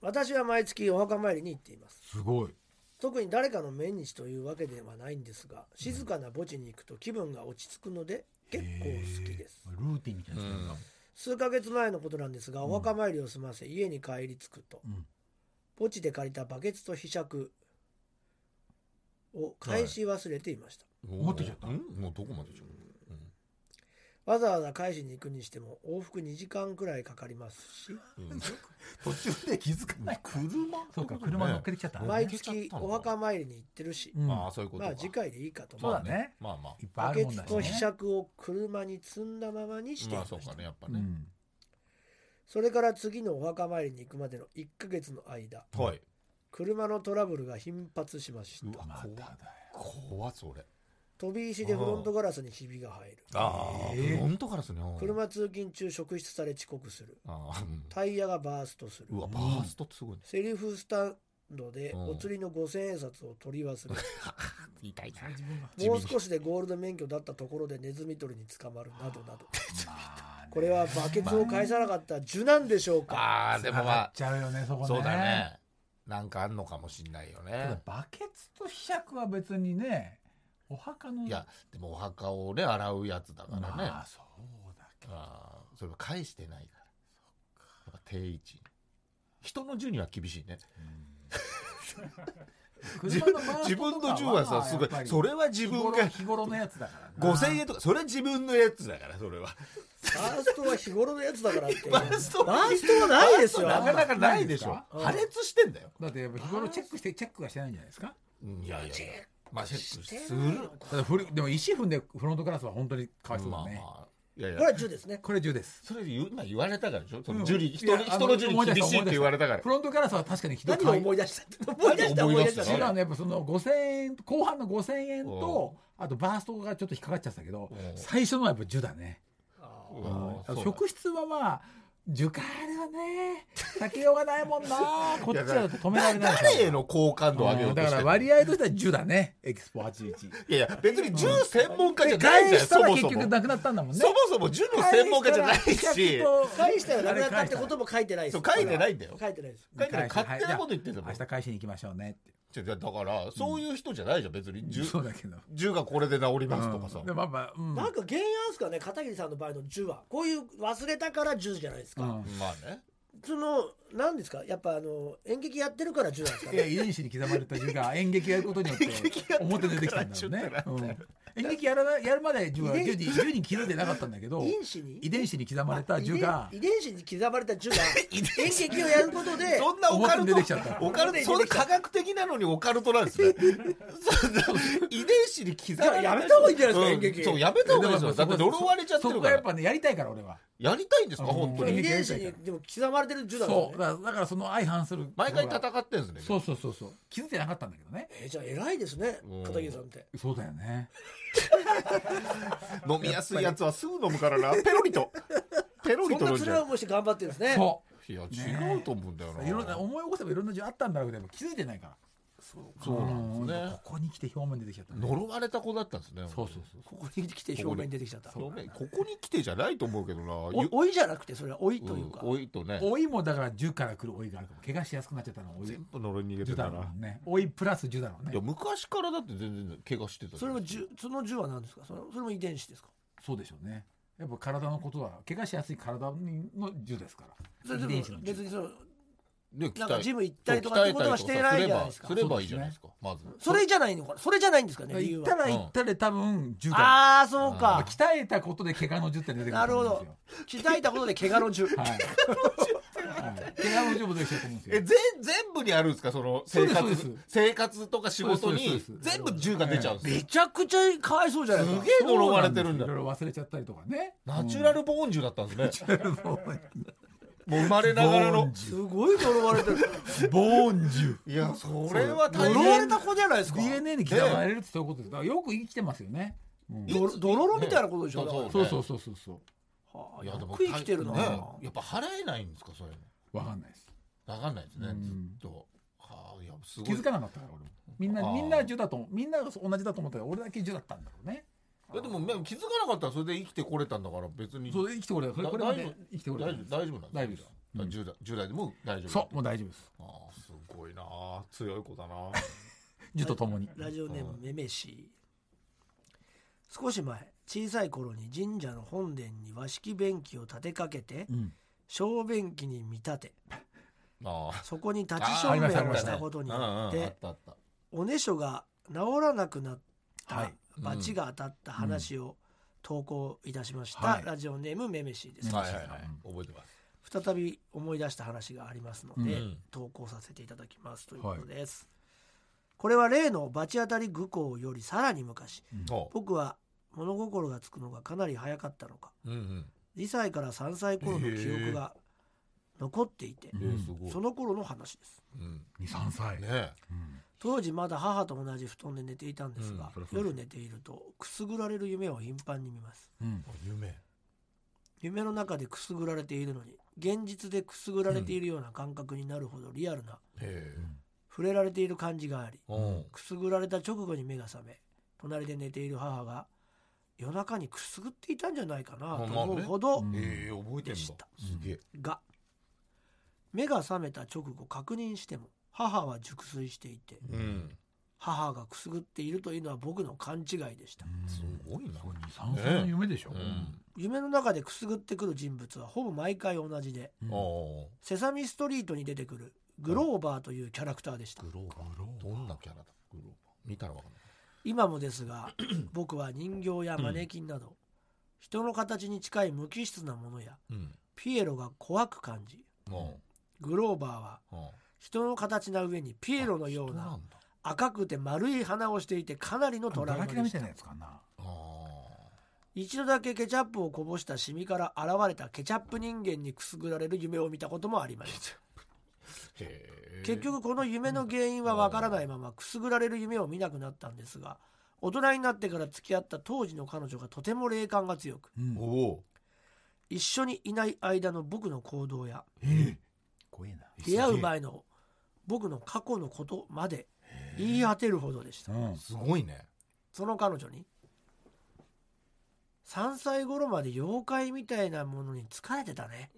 [SPEAKER 3] 私は毎月お墓参りに行っています
[SPEAKER 4] すごい
[SPEAKER 3] 特に誰かの命日というわけではないんですが静かな墓地に行くと気分が落ち着くので結構好きです
[SPEAKER 4] ルーティンみたいなやつなんだ
[SPEAKER 3] 数ヶ月前のことなんですがお墓参りを済ませ家に帰り着くと、
[SPEAKER 4] うん
[SPEAKER 3] 墓地で借りたバケツとひしゃくを返し忘れていました、
[SPEAKER 4] 持ってきちゃった
[SPEAKER 2] うんもうどこまで行っちゃったうん
[SPEAKER 3] わざわざ返しに行くにしても往復2時間くらいかかりますし
[SPEAKER 4] 途中 *laughs* で気づかない
[SPEAKER 2] 車
[SPEAKER 4] そうか車乗っけてきちゃった、
[SPEAKER 2] ね
[SPEAKER 3] 毎
[SPEAKER 2] 行けちゃっ
[SPEAKER 3] 月
[SPEAKER 2] たの
[SPEAKER 3] お墓参りに行ってるし、
[SPEAKER 4] うん
[SPEAKER 2] ああそういうこと
[SPEAKER 3] ま
[SPEAKER 2] か
[SPEAKER 3] あ次回でいいかと
[SPEAKER 4] そ
[SPEAKER 3] 思
[SPEAKER 4] う
[SPEAKER 3] う
[SPEAKER 4] だね
[SPEAKER 2] まあねまあま
[SPEAKER 4] いっぱいあ
[SPEAKER 3] バ
[SPEAKER 4] る
[SPEAKER 3] ケ
[SPEAKER 4] もん
[SPEAKER 3] ツ
[SPEAKER 4] だ
[SPEAKER 3] とひし
[SPEAKER 4] ね
[SPEAKER 3] ゃくを車に積んだままにして
[SPEAKER 2] あ
[SPEAKER 3] い
[SPEAKER 2] ま
[SPEAKER 3] まし
[SPEAKER 2] あ
[SPEAKER 3] た、
[SPEAKER 2] そうかねやっぱ
[SPEAKER 4] う
[SPEAKER 2] ね
[SPEAKER 4] ん
[SPEAKER 3] それから次のお墓参りに行くまでの1ヶ月の間
[SPEAKER 2] はい
[SPEAKER 3] 車のトラブルが頻発しました
[SPEAKER 2] うわ
[SPEAKER 4] まただよ
[SPEAKER 2] 怖っそれ
[SPEAKER 3] 飛び石でフロントガラスにひびが入る
[SPEAKER 2] ああ
[SPEAKER 4] ええ
[SPEAKER 2] フロントガラスねうん
[SPEAKER 3] 車通勤中職質され遅刻する
[SPEAKER 2] ああうん
[SPEAKER 3] タイヤがバーストする
[SPEAKER 2] うわバーストってすごいね
[SPEAKER 3] セリフスタンドで
[SPEAKER 2] うん
[SPEAKER 3] お釣りの5000円札を取り忘れ
[SPEAKER 2] *laughs* 痛いな
[SPEAKER 4] 自分が
[SPEAKER 3] もう少しでゴールド免許だったところでネズミ捕りに捕まるなどなど
[SPEAKER 4] まあね
[SPEAKER 3] これはバケツを返さなかった受難でしょうか
[SPEAKER 2] ああでもま
[SPEAKER 4] っちゃうよねそこ
[SPEAKER 2] あ
[SPEAKER 4] ね
[SPEAKER 2] そうだねなんかあんのかもしんないよ
[SPEAKER 4] ただ
[SPEAKER 2] ね
[SPEAKER 4] バケツとひしゃくは別にねお墓の
[SPEAKER 2] いやでもお墓をね洗うやつだからね
[SPEAKER 4] まあそうだけど
[SPEAKER 2] ああそれは返してないからやっぱ定位置人の銃には厳しいね自分自分の銃はさすごいそれは自分が
[SPEAKER 4] 日頃のやつだからな
[SPEAKER 2] 5000円とかそれは自分のやつだからそれは
[SPEAKER 3] バーストは日頃のやつだからって
[SPEAKER 2] *laughs*
[SPEAKER 3] バ
[SPEAKER 2] バ
[SPEAKER 3] ー
[SPEAKER 2] ー
[SPEAKER 3] ス
[SPEAKER 2] スト
[SPEAKER 3] トはないですよ
[SPEAKER 2] なかなかないでしょ
[SPEAKER 3] うん
[SPEAKER 2] 破裂してんだよ
[SPEAKER 4] だってやっぱ日頃チェックしてチェックはしてないんじゃないですか
[SPEAKER 2] いやいやいやまあチェック
[SPEAKER 3] して
[SPEAKER 2] す
[SPEAKER 3] る
[SPEAKER 2] る
[SPEAKER 3] の
[SPEAKER 4] だってふりでも石踏んでフロントガラスは本当にか
[SPEAKER 2] ま
[SPEAKER 4] わ
[SPEAKER 2] あ
[SPEAKER 4] いそうだ
[SPEAKER 2] ま
[SPEAKER 4] ね、
[SPEAKER 2] あいやい
[SPEAKER 3] これは
[SPEAKER 2] や
[SPEAKER 3] 10ですね
[SPEAKER 4] これ銃です
[SPEAKER 2] それ言う今言われたからでしょそ
[SPEAKER 4] うん
[SPEAKER 2] の銃に
[SPEAKER 4] い
[SPEAKER 2] 人
[SPEAKER 4] や
[SPEAKER 2] に
[SPEAKER 4] あ
[SPEAKER 2] 人の銃に
[SPEAKER 4] 思い出した
[SPEAKER 2] 厳しいって言われたから
[SPEAKER 4] フロントガラスは確かにひどい
[SPEAKER 3] 何を思い出したって思い出した
[SPEAKER 2] 何を
[SPEAKER 3] 思
[SPEAKER 2] 思
[SPEAKER 3] い
[SPEAKER 2] い
[SPEAKER 3] 出
[SPEAKER 2] 出
[SPEAKER 3] し
[SPEAKER 2] したた
[SPEAKER 4] 違う
[SPEAKER 2] の
[SPEAKER 4] ねやっぱその5000円後半の5000円とあとバーストがちょっと引っかかっちゃったけど
[SPEAKER 2] うん
[SPEAKER 4] 最初のはやっぱ銃だね
[SPEAKER 2] うんそうだ
[SPEAKER 4] 職質はまあ受かるよね避けようがないもんな
[SPEAKER 2] *laughs*
[SPEAKER 4] こっちだと止められないから
[SPEAKER 2] 誰への好感度を上げよ
[SPEAKER 4] うん
[SPEAKER 2] うと
[SPEAKER 4] だ
[SPEAKER 2] して
[SPEAKER 4] か
[SPEAKER 2] る
[SPEAKER 4] ら割合としては10だねエキスポ81
[SPEAKER 2] いやいや別に銃専門家じゃない
[SPEAKER 4] 返
[SPEAKER 2] じゃん
[SPEAKER 4] した
[SPEAKER 2] そ
[SPEAKER 4] ら
[SPEAKER 2] も
[SPEAKER 4] 結
[SPEAKER 2] そも
[SPEAKER 4] 局なくなったんだもんね
[SPEAKER 2] そもそも銃の専門家じゃないし
[SPEAKER 3] 返したらなくなったってことも書いてないです
[SPEAKER 2] そう書いてないんだよ
[SPEAKER 3] 書いてないです
[SPEAKER 2] 書いてない勝手なこと言って
[SPEAKER 4] る
[SPEAKER 2] たもん
[SPEAKER 4] 明日返しに行きましょうねっ
[SPEAKER 2] 違うだからそういう人じゃないじゃん別に
[SPEAKER 4] て
[SPEAKER 2] 銃
[SPEAKER 4] そうだけど
[SPEAKER 2] 銃がこれで治りますとかさ
[SPEAKER 4] うんでもやっぱうん
[SPEAKER 3] なんか原因あるんですかね片桐さんの場合の10はこういう忘れたから10じゃないですか、
[SPEAKER 4] うん
[SPEAKER 2] まあね
[SPEAKER 3] その何ですかやっぱあの演劇やってるから10なんですか
[SPEAKER 4] いや
[SPEAKER 3] ね
[SPEAKER 4] 遺伝子に刻まれた銃が演劇やることによって表に出てきたんだろうね。うん演劇やらないやるまで銃は
[SPEAKER 3] 遺
[SPEAKER 4] 銃
[SPEAKER 3] 伝
[SPEAKER 4] に銃に気づいてなかったんだけど
[SPEAKER 3] 遺伝子に
[SPEAKER 4] 遺伝子に刻まれた銃が
[SPEAKER 3] 遺伝遺伝子に刻まれた10が演劇をやることで
[SPEAKER 2] そんなオカル
[SPEAKER 4] 表に出て
[SPEAKER 2] ト
[SPEAKER 4] きちゃった
[SPEAKER 2] オカルトそれ科学的なのにオカルトなんですねそう遺伝子に刻まれ
[SPEAKER 3] いややめた方がいいんじゃないですか演劇
[SPEAKER 2] そうやめた方がいいです
[SPEAKER 4] や
[SPEAKER 2] よ
[SPEAKER 4] っぱ
[SPEAKER 2] だって呪われちゃって
[SPEAKER 4] そ
[SPEAKER 2] る
[SPEAKER 4] こ
[SPEAKER 2] か
[SPEAKER 4] がや
[SPEAKER 2] ら
[SPEAKER 4] っぱねやりたいから俺は。
[SPEAKER 2] やりたいんですか
[SPEAKER 4] うん
[SPEAKER 2] 本当
[SPEAKER 3] それ遺
[SPEAKER 2] に
[SPEAKER 3] 伝子にでも刻まれてる10なんです
[SPEAKER 4] そう
[SPEAKER 3] ね
[SPEAKER 4] だだからその相反する
[SPEAKER 2] 毎回
[SPEAKER 4] ところが
[SPEAKER 2] 戦ってんです
[SPEAKER 4] そ
[SPEAKER 2] ね
[SPEAKER 4] うそうそうそう気づいてなかったんだけどね。
[SPEAKER 3] えーじゃあ偉いですね
[SPEAKER 2] うん
[SPEAKER 3] 片桐さんって
[SPEAKER 4] そうだよね。
[SPEAKER 2] 飲みやすいやつはすぐ飲むからなペロリとペロ
[SPEAKER 3] そ
[SPEAKER 2] リ
[SPEAKER 3] ん
[SPEAKER 2] と
[SPEAKER 3] な
[SPEAKER 2] 飲んじ
[SPEAKER 3] 辛い
[SPEAKER 2] ゃう
[SPEAKER 3] 思いして頑張ってるんですね
[SPEAKER 4] そ
[SPEAKER 2] いや
[SPEAKER 4] ね
[SPEAKER 2] 違うと思うんだよ
[SPEAKER 4] う
[SPEAKER 2] ない
[SPEAKER 4] ろんな思い起こせばいろんな銃あったんだろうけどやっぱ気づいてないから。
[SPEAKER 2] そうなんです
[SPEAKER 4] うん
[SPEAKER 2] ね
[SPEAKER 4] ここに来て表面出てきちゃったね。
[SPEAKER 2] 呪われた子だったんですね
[SPEAKER 4] そうそうそう。
[SPEAKER 3] ここに来て表面に出てきちゃった
[SPEAKER 2] ごめんここに来てじゃないと思うけどな
[SPEAKER 3] お
[SPEAKER 2] ゆ
[SPEAKER 3] 老いじゃなくてそれは老いというか、
[SPEAKER 2] うん老いとね
[SPEAKER 4] 老いもだから銃から来る老いがあるかも怪我しやすくなっちゃったのは老い
[SPEAKER 2] 全部呪いに逃げて
[SPEAKER 4] 銃
[SPEAKER 2] た
[SPEAKER 4] だ
[SPEAKER 2] な
[SPEAKER 4] ろうね老いプラス銃だろうね
[SPEAKER 2] いや昔からだって全然怪我してたじゃん
[SPEAKER 3] それも10その10は何ですかそのそれも遺伝子ですか
[SPEAKER 4] そうでしょうね。やっぱ体のことは怪我しやすい体にの銃ですから
[SPEAKER 3] それで
[SPEAKER 5] 遺
[SPEAKER 3] も
[SPEAKER 5] 伝子の
[SPEAKER 3] 別にそう
[SPEAKER 2] で
[SPEAKER 3] なんかジム行ったりと
[SPEAKER 2] そ
[SPEAKER 3] か
[SPEAKER 2] う
[SPEAKER 3] って
[SPEAKER 2] 鍛え
[SPEAKER 3] こと
[SPEAKER 2] た
[SPEAKER 3] は
[SPEAKER 2] り
[SPEAKER 3] し
[SPEAKER 2] と
[SPEAKER 3] てないじゃないですか
[SPEAKER 2] すればいいじゃないですかまず
[SPEAKER 3] それじゃないのかなそれじゃないんですか
[SPEAKER 4] だ
[SPEAKER 3] ね
[SPEAKER 4] から
[SPEAKER 3] 理由
[SPEAKER 4] 行っ
[SPEAKER 3] は
[SPEAKER 4] たら
[SPEAKER 2] うん
[SPEAKER 4] 行ったで多分銃が
[SPEAKER 3] ああそう
[SPEAKER 4] まあ
[SPEAKER 3] か
[SPEAKER 4] 鍛えたことで怪我の銃って出てくると
[SPEAKER 3] なるほ
[SPEAKER 4] 思うん
[SPEAKER 3] ど
[SPEAKER 4] ですよ
[SPEAKER 3] 鍛えたことで怪我の
[SPEAKER 2] *laughs*
[SPEAKER 3] 銃
[SPEAKER 4] はいはい怪我の銃も出てきたと思うんです
[SPEAKER 2] え
[SPEAKER 4] よ
[SPEAKER 2] 全全部にあるんですかその生
[SPEAKER 4] そうですそう
[SPEAKER 2] 活
[SPEAKER 4] です
[SPEAKER 2] 生活とか仕事
[SPEAKER 4] そうで
[SPEAKER 2] に
[SPEAKER 4] すそうです
[SPEAKER 2] 全部銃が出ちゃうんですよ
[SPEAKER 3] めちゃくちゃかわいそうじゃないですすか
[SPEAKER 2] げえ呪われてるんだ
[SPEAKER 4] いろいろ忘れちゃったりとかね
[SPEAKER 2] ナチュラルボーン銃だったんですね
[SPEAKER 4] ボーン
[SPEAKER 2] もう生まれながらの
[SPEAKER 3] すごい呪われて
[SPEAKER 2] *laughs*
[SPEAKER 3] る
[SPEAKER 4] ボーン銃
[SPEAKER 2] いやそれは大
[SPEAKER 3] 呪われ
[SPEAKER 2] 変
[SPEAKER 3] た子じゃないですか
[SPEAKER 4] DNA に刻まれるってそういうことですだからよく生きてますよね、うん
[SPEAKER 3] どろどろろみたいなことでしょ
[SPEAKER 2] ね
[SPEAKER 3] だから
[SPEAKER 4] そうそうそうそうそう
[SPEAKER 3] はあ
[SPEAKER 2] いや
[SPEAKER 3] よ
[SPEAKER 2] でも
[SPEAKER 3] く生きてるな、
[SPEAKER 2] ねやっぱ払えないんですかそれ
[SPEAKER 4] わかんないです
[SPEAKER 2] わかんないですね
[SPEAKER 4] うん
[SPEAKER 2] ずっとはあいやすごい
[SPEAKER 4] 気づかなかったから俺もみん
[SPEAKER 2] あ
[SPEAKER 4] な
[SPEAKER 2] ー
[SPEAKER 4] みんな銃だとみんなが同じだと思ったけど俺だけ銃だったんだろうね
[SPEAKER 2] いやでもね気づかなかったらそれで生きてこれたんだから別に
[SPEAKER 4] そ
[SPEAKER 2] 大
[SPEAKER 4] れ生きてこれたこれ
[SPEAKER 2] だ
[SPEAKER 4] これまで
[SPEAKER 2] 大丈
[SPEAKER 4] 生きてこれ
[SPEAKER 2] 丈
[SPEAKER 4] た
[SPEAKER 2] 夫大丈夫な
[SPEAKER 4] 大
[SPEAKER 2] ん
[SPEAKER 4] 丈夫
[SPEAKER 2] で
[SPEAKER 4] ですす
[SPEAKER 2] だから10代10代でも大丈夫
[SPEAKER 4] そうもう大丈夫です
[SPEAKER 2] ああすごいなあ強い子だ *laughs* な
[SPEAKER 4] 銃とともに
[SPEAKER 3] ラジオネームめめし少し前小さい頃に神社の本殿に和式便器を立てかけて
[SPEAKER 4] うん
[SPEAKER 3] 小便器に見立て
[SPEAKER 2] ああ
[SPEAKER 3] そこに立ち
[SPEAKER 2] あ
[SPEAKER 3] 小
[SPEAKER 2] あり
[SPEAKER 3] 便
[SPEAKER 2] ま
[SPEAKER 3] をし
[SPEAKER 2] したあ
[SPEAKER 3] た
[SPEAKER 2] りま
[SPEAKER 3] ことに
[SPEAKER 2] うんうん
[SPEAKER 3] よ
[SPEAKER 2] あ
[SPEAKER 3] っ
[SPEAKER 2] ってたあった
[SPEAKER 3] おねしょが治らなくなっ
[SPEAKER 4] は
[SPEAKER 3] た
[SPEAKER 4] い
[SPEAKER 3] 罰が当たった話を投稿いたしまし
[SPEAKER 4] は
[SPEAKER 3] た
[SPEAKER 4] い
[SPEAKER 3] ラジオネームめめしです
[SPEAKER 4] うん
[SPEAKER 2] はいはいはい覚えてます
[SPEAKER 3] 再び思い出した話がありますので、
[SPEAKER 2] うん
[SPEAKER 3] 投稿させていただきますということです、これは例の罰当たり愚行よりさらに昔
[SPEAKER 2] そ
[SPEAKER 3] 僕は物心がつくのがかなり早かったのか
[SPEAKER 2] ううん
[SPEAKER 3] 2歳から3歳頃の記憶が残っていて、
[SPEAKER 2] うん
[SPEAKER 4] うん
[SPEAKER 2] えーすごい
[SPEAKER 3] その頃の話です
[SPEAKER 2] うん
[SPEAKER 4] 23歳、
[SPEAKER 2] ねえ
[SPEAKER 4] うん
[SPEAKER 3] 当時まだ母と同じ布団で寝ていたんですが、
[SPEAKER 2] うんそりゃそう
[SPEAKER 3] 夜寝ているとくすぐられる夢を頻繁に見ます
[SPEAKER 4] うん
[SPEAKER 2] 夢
[SPEAKER 3] 夢の中でくすぐられているのに現実でくすぐられているような感覚になるほどリアルな
[SPEAKER 2] へえ
[SPEAKER 3] 触れられている感じがあり
[SPEAKER 2] うん
[SPEAKER 3] くすぐられた直後に目が覚め隣で寝ている母が夜中にくすぐっていたんじゃないかなと思うほど
[SPEAKER 4] うん
[SPEAKER 2] ええ覚えてんだ
[SPEAKER 3] で
[SPEAKER 2] す
[SPEAKER 3] した
[SPEAKER 2] げえ
[SPEAKER 3] が目が覚めた直後確認しても母は熟睡していて
[SPEAKER 2] うん
[SPEAKER 3] 母がくすぐっているというのは僕の勘違いでした
[SPEAKER 2] すごいな
[SPEAKER 4] これ23歳の夢でしょ、
[SPEAKER 2] うん
[SPEAKER 3] 夢の中でくすぐってくる人物はほぼ毎回同じで
[SPEAKER 4] うん
[SPEAKER 2] ああ
[SPEAKER 3] セサミストリートに出てくるグローバーというキャラクターでした
[SPEAKER 2] グローバーどんなキャラだグローバー見たらわかんない
[SPEAKER 3] 今もですが僕は人形やマネキンなど人の形に近い無機質なものや
[SPEAKER 2] うん
[SPEAKER 3] ピエロが怖く感じ
[SPEAKER 2] も
[SPEAKER 3] グローバーは
[SPEAKER 2] う
[SPEAKER 3] 人の形な上にピエロのよう
[SPEAKER 2] な
[SPEAKER 3] なん
[SPEAKER 2] だ
[SPEAKER 3] 赤くて丸い鼻をしていてかなりのト
[SPEAKER 4] ド
[SPEAKER 3] ラウマ
[SPEAKER 4] ラ
[SPEAKER 3] で
[SPEAKER 4] キュラみ
[SPEAKER 3] した
[SPEAKER 4] いなやつかな
[SPEAKER 2] ああ
[SPEAKER 3] 一度だけケチャップをこぼしたシミから現れたケチャップ人間にくすぐられる夢を見たこともありました
[SPEAKER 2] へえ
[SPEAKER 3] 結局この夢の原因はわからないままくすぐられる夢を見なくなったんですが大人になってから付き合った当時の彼女がとても霊感が強く
[SPEAKER 4] うん
[SPEAKER 2] おお
[SPEAKER 3] 一緒にいない間の僕の行動や
[SPEAKER 4] 怖えな
[SPEAKER 3] 出会う前の僕の過去のことまで言い当てるほどでした
[SPEAKER 4] うん
[SPEAKER 2] すごいね
[SPEAKER 3] その彼女に3歳頃まで妖怪みたいなものに疲れてたね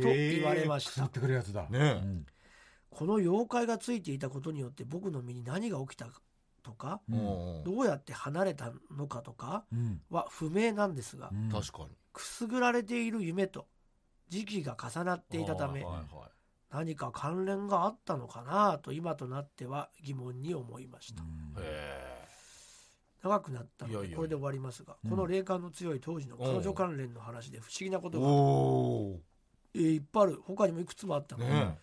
[SPEAKER 3] と言われまし
[SPEAKER 4] くすぐったてくるやつだ
[SPEAKER 2] ね
[SPEAKER 4] う
[SPEAKER 2] え
[SPEAKER 4] ん
[SPEAKER 3] この妖怪がついていたことによって僕の身に何が起きたとか
[SPEAKER 4] う
[SPEAKER 2] うんんうん
[SPEAKER 3] どうやって離れたのかとか
[SPEAKER 4] うん
[SPEAKER 3] は不明なんですが
[SPEAKER 4] うん
[SPEAKER 2] 確かに
[SPEAKER 3] くすぐられている夢と時期が重なっていたため
[SPEAKER 2] はいはいはい
[SPEAKER 3] 何か関連があったのかなと今となっては疑問に思いました
[SPEAKER 4] うん
[SPEAKER 2] へ
[SPEAKER 3] 長くなったの
[SPEAKER 2] いやいやい
[SPEAKER 3] で
[SPEAKER 2] や
[SPEAKER 3] これで終わりますが
[SPEAKER 4] うん
[SPEAKER 3] この霊感の強い当時の彼女関連の話で不思議なこ
[SPEAKER 2] え
[SPEAKER 3] とが
[SPEAKER 2] おお
[SPEAKER 3] えーいっぱいある他にもいくつもあったので、
[SPEAKER 2] ね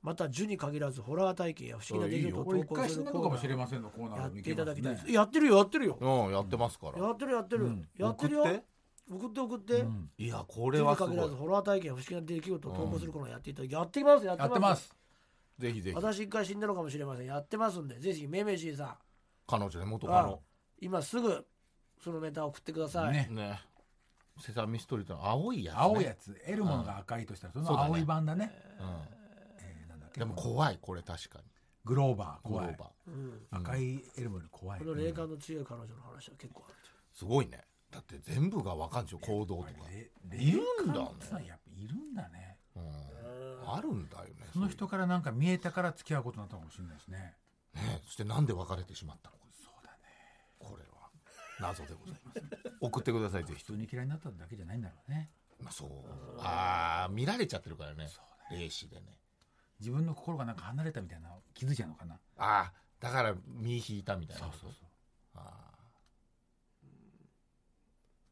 [SPEAKER 3] また樹に限らずホラー体験や不思議な出来事を
[SPEAKER 4] これ
[SPEAKER 3] 投
[SPEAKER 4] 一
[SPEAKER 3] 稿
[SPEAKER 4] 回
[SPEAKER 3] す
[SPEAKER 4] 死
[SPEAKER 3] る
[SPEAKER 4] んだ
[SPEAKER 3] コ
[SPEAKER 4] のかもし
[SPEAKER 3] ー
[SPEAKER 4] れ
[SPEAKER 3] ナ
[SPEAKER 4] ませんのコーナ
[SPEAKER 3] ー
[SPEAKER 4] ー
[SPEAKER 3] やっていただきたいです
[SPEAKER 4] ね
[SPEAKER 3] やってるよやってるよ
[SPEAKER 2] えうんやってますから
[SPEAKER 3] やってるやってる、
[SPEAKER 4] うん
[SPEAKER 3] やってるよ
[SPEAKER 2] 送って
[SPEAKER 3] 送って送って、
[SPEAKER 4] うん
[SPEAKER 2] いやこ
[SPEAKER 3] 樹
[SPEAKER 2] れ
[SPEAKER 3] に
[SPEAKER 2] はす
[SPEAKER 3] 限ら
[SPEAKER 2] ごい
[SPEAKER 3] ずホラー体験や不思議な出来事を投稿するコーナーやっていただき、やってますやってま
[SPEAKER 4] やっ
[SPEAKER 3] す
[SPEAKER 4] てます
[SPEAKER 2] ぜひぜひ
[SPEAKER 3] 私一回死んだのかもしれませんやってますんでぜひめめしーさん
[SPEAKER 2] 彼女ね元カノ
[SPEAKER 3] 今すぐそのネタを送ってください、
[SPEAKER 4] ね
[SPEAKER 2] ねセサミストリートの青いやつね
[SPEAKER 4] 青いやつ得るものが赤いとしたらそ
[SPEAKER 2] そう
[SPEAKER 4] の
[SPEAKER 2] だね
[SPEAKER 4] 青い版だね
[SPEAKER 2] うん
[SPEAKER 4] えーなんだっけ
[SPEAKER 2] でも怖いこれ確かに
[SPEAKER 4] グローバー
[SPEAKER 2] グロ
[SPEAKER 4] 怖
[SPEAKER 2] ー
[SPEAKER 4] い
[SPEAKER 2] バー
[SPEAKER 3] うん、
[SPEAKER 4] 赤い得るもの怖い
[SPEAKER 3] この霊感の強い彼女の話は結構ある
[SPEAKER 2] すごいねだって全部がわかんでしょ行動とか
[SPEAKER 4] れ
[SPEAKER 2] いる
[SPEAKER 4] 霊
[SPEAKER 2] んだね
[SPEAKER 4] 感ってさやっぱいるんだね
[SPEAKER 2] うんあるんだよね
[SPEAKER 4] その人からなんか見えたから付き合うことになったのかもしれないですね
[SPEAKER 2] ねそしてなんで別れてしまったのか
[SPEAKER 4] そうだね
[SPEAKER 2] これは謎でござい
[SPEAKER 4] *laughs*
[SPEAKER 2] ます。送ってください、ぜひ
[SPEAKER 4] 人。に嫌いになっただけじゃないんだろうね
[SPEAKER 2] まあ、そう。ああ、見られちゃってるからね。霊視でね。
[SPEAKER 4] 自分の心がなんか離れたみたいな気づいちゃうのかな
[SPEAKER 2] ああ、だから身引いたみたいなこと。
[SPEAKER 4] そうそうそう
[SPEAKER 2] ああ。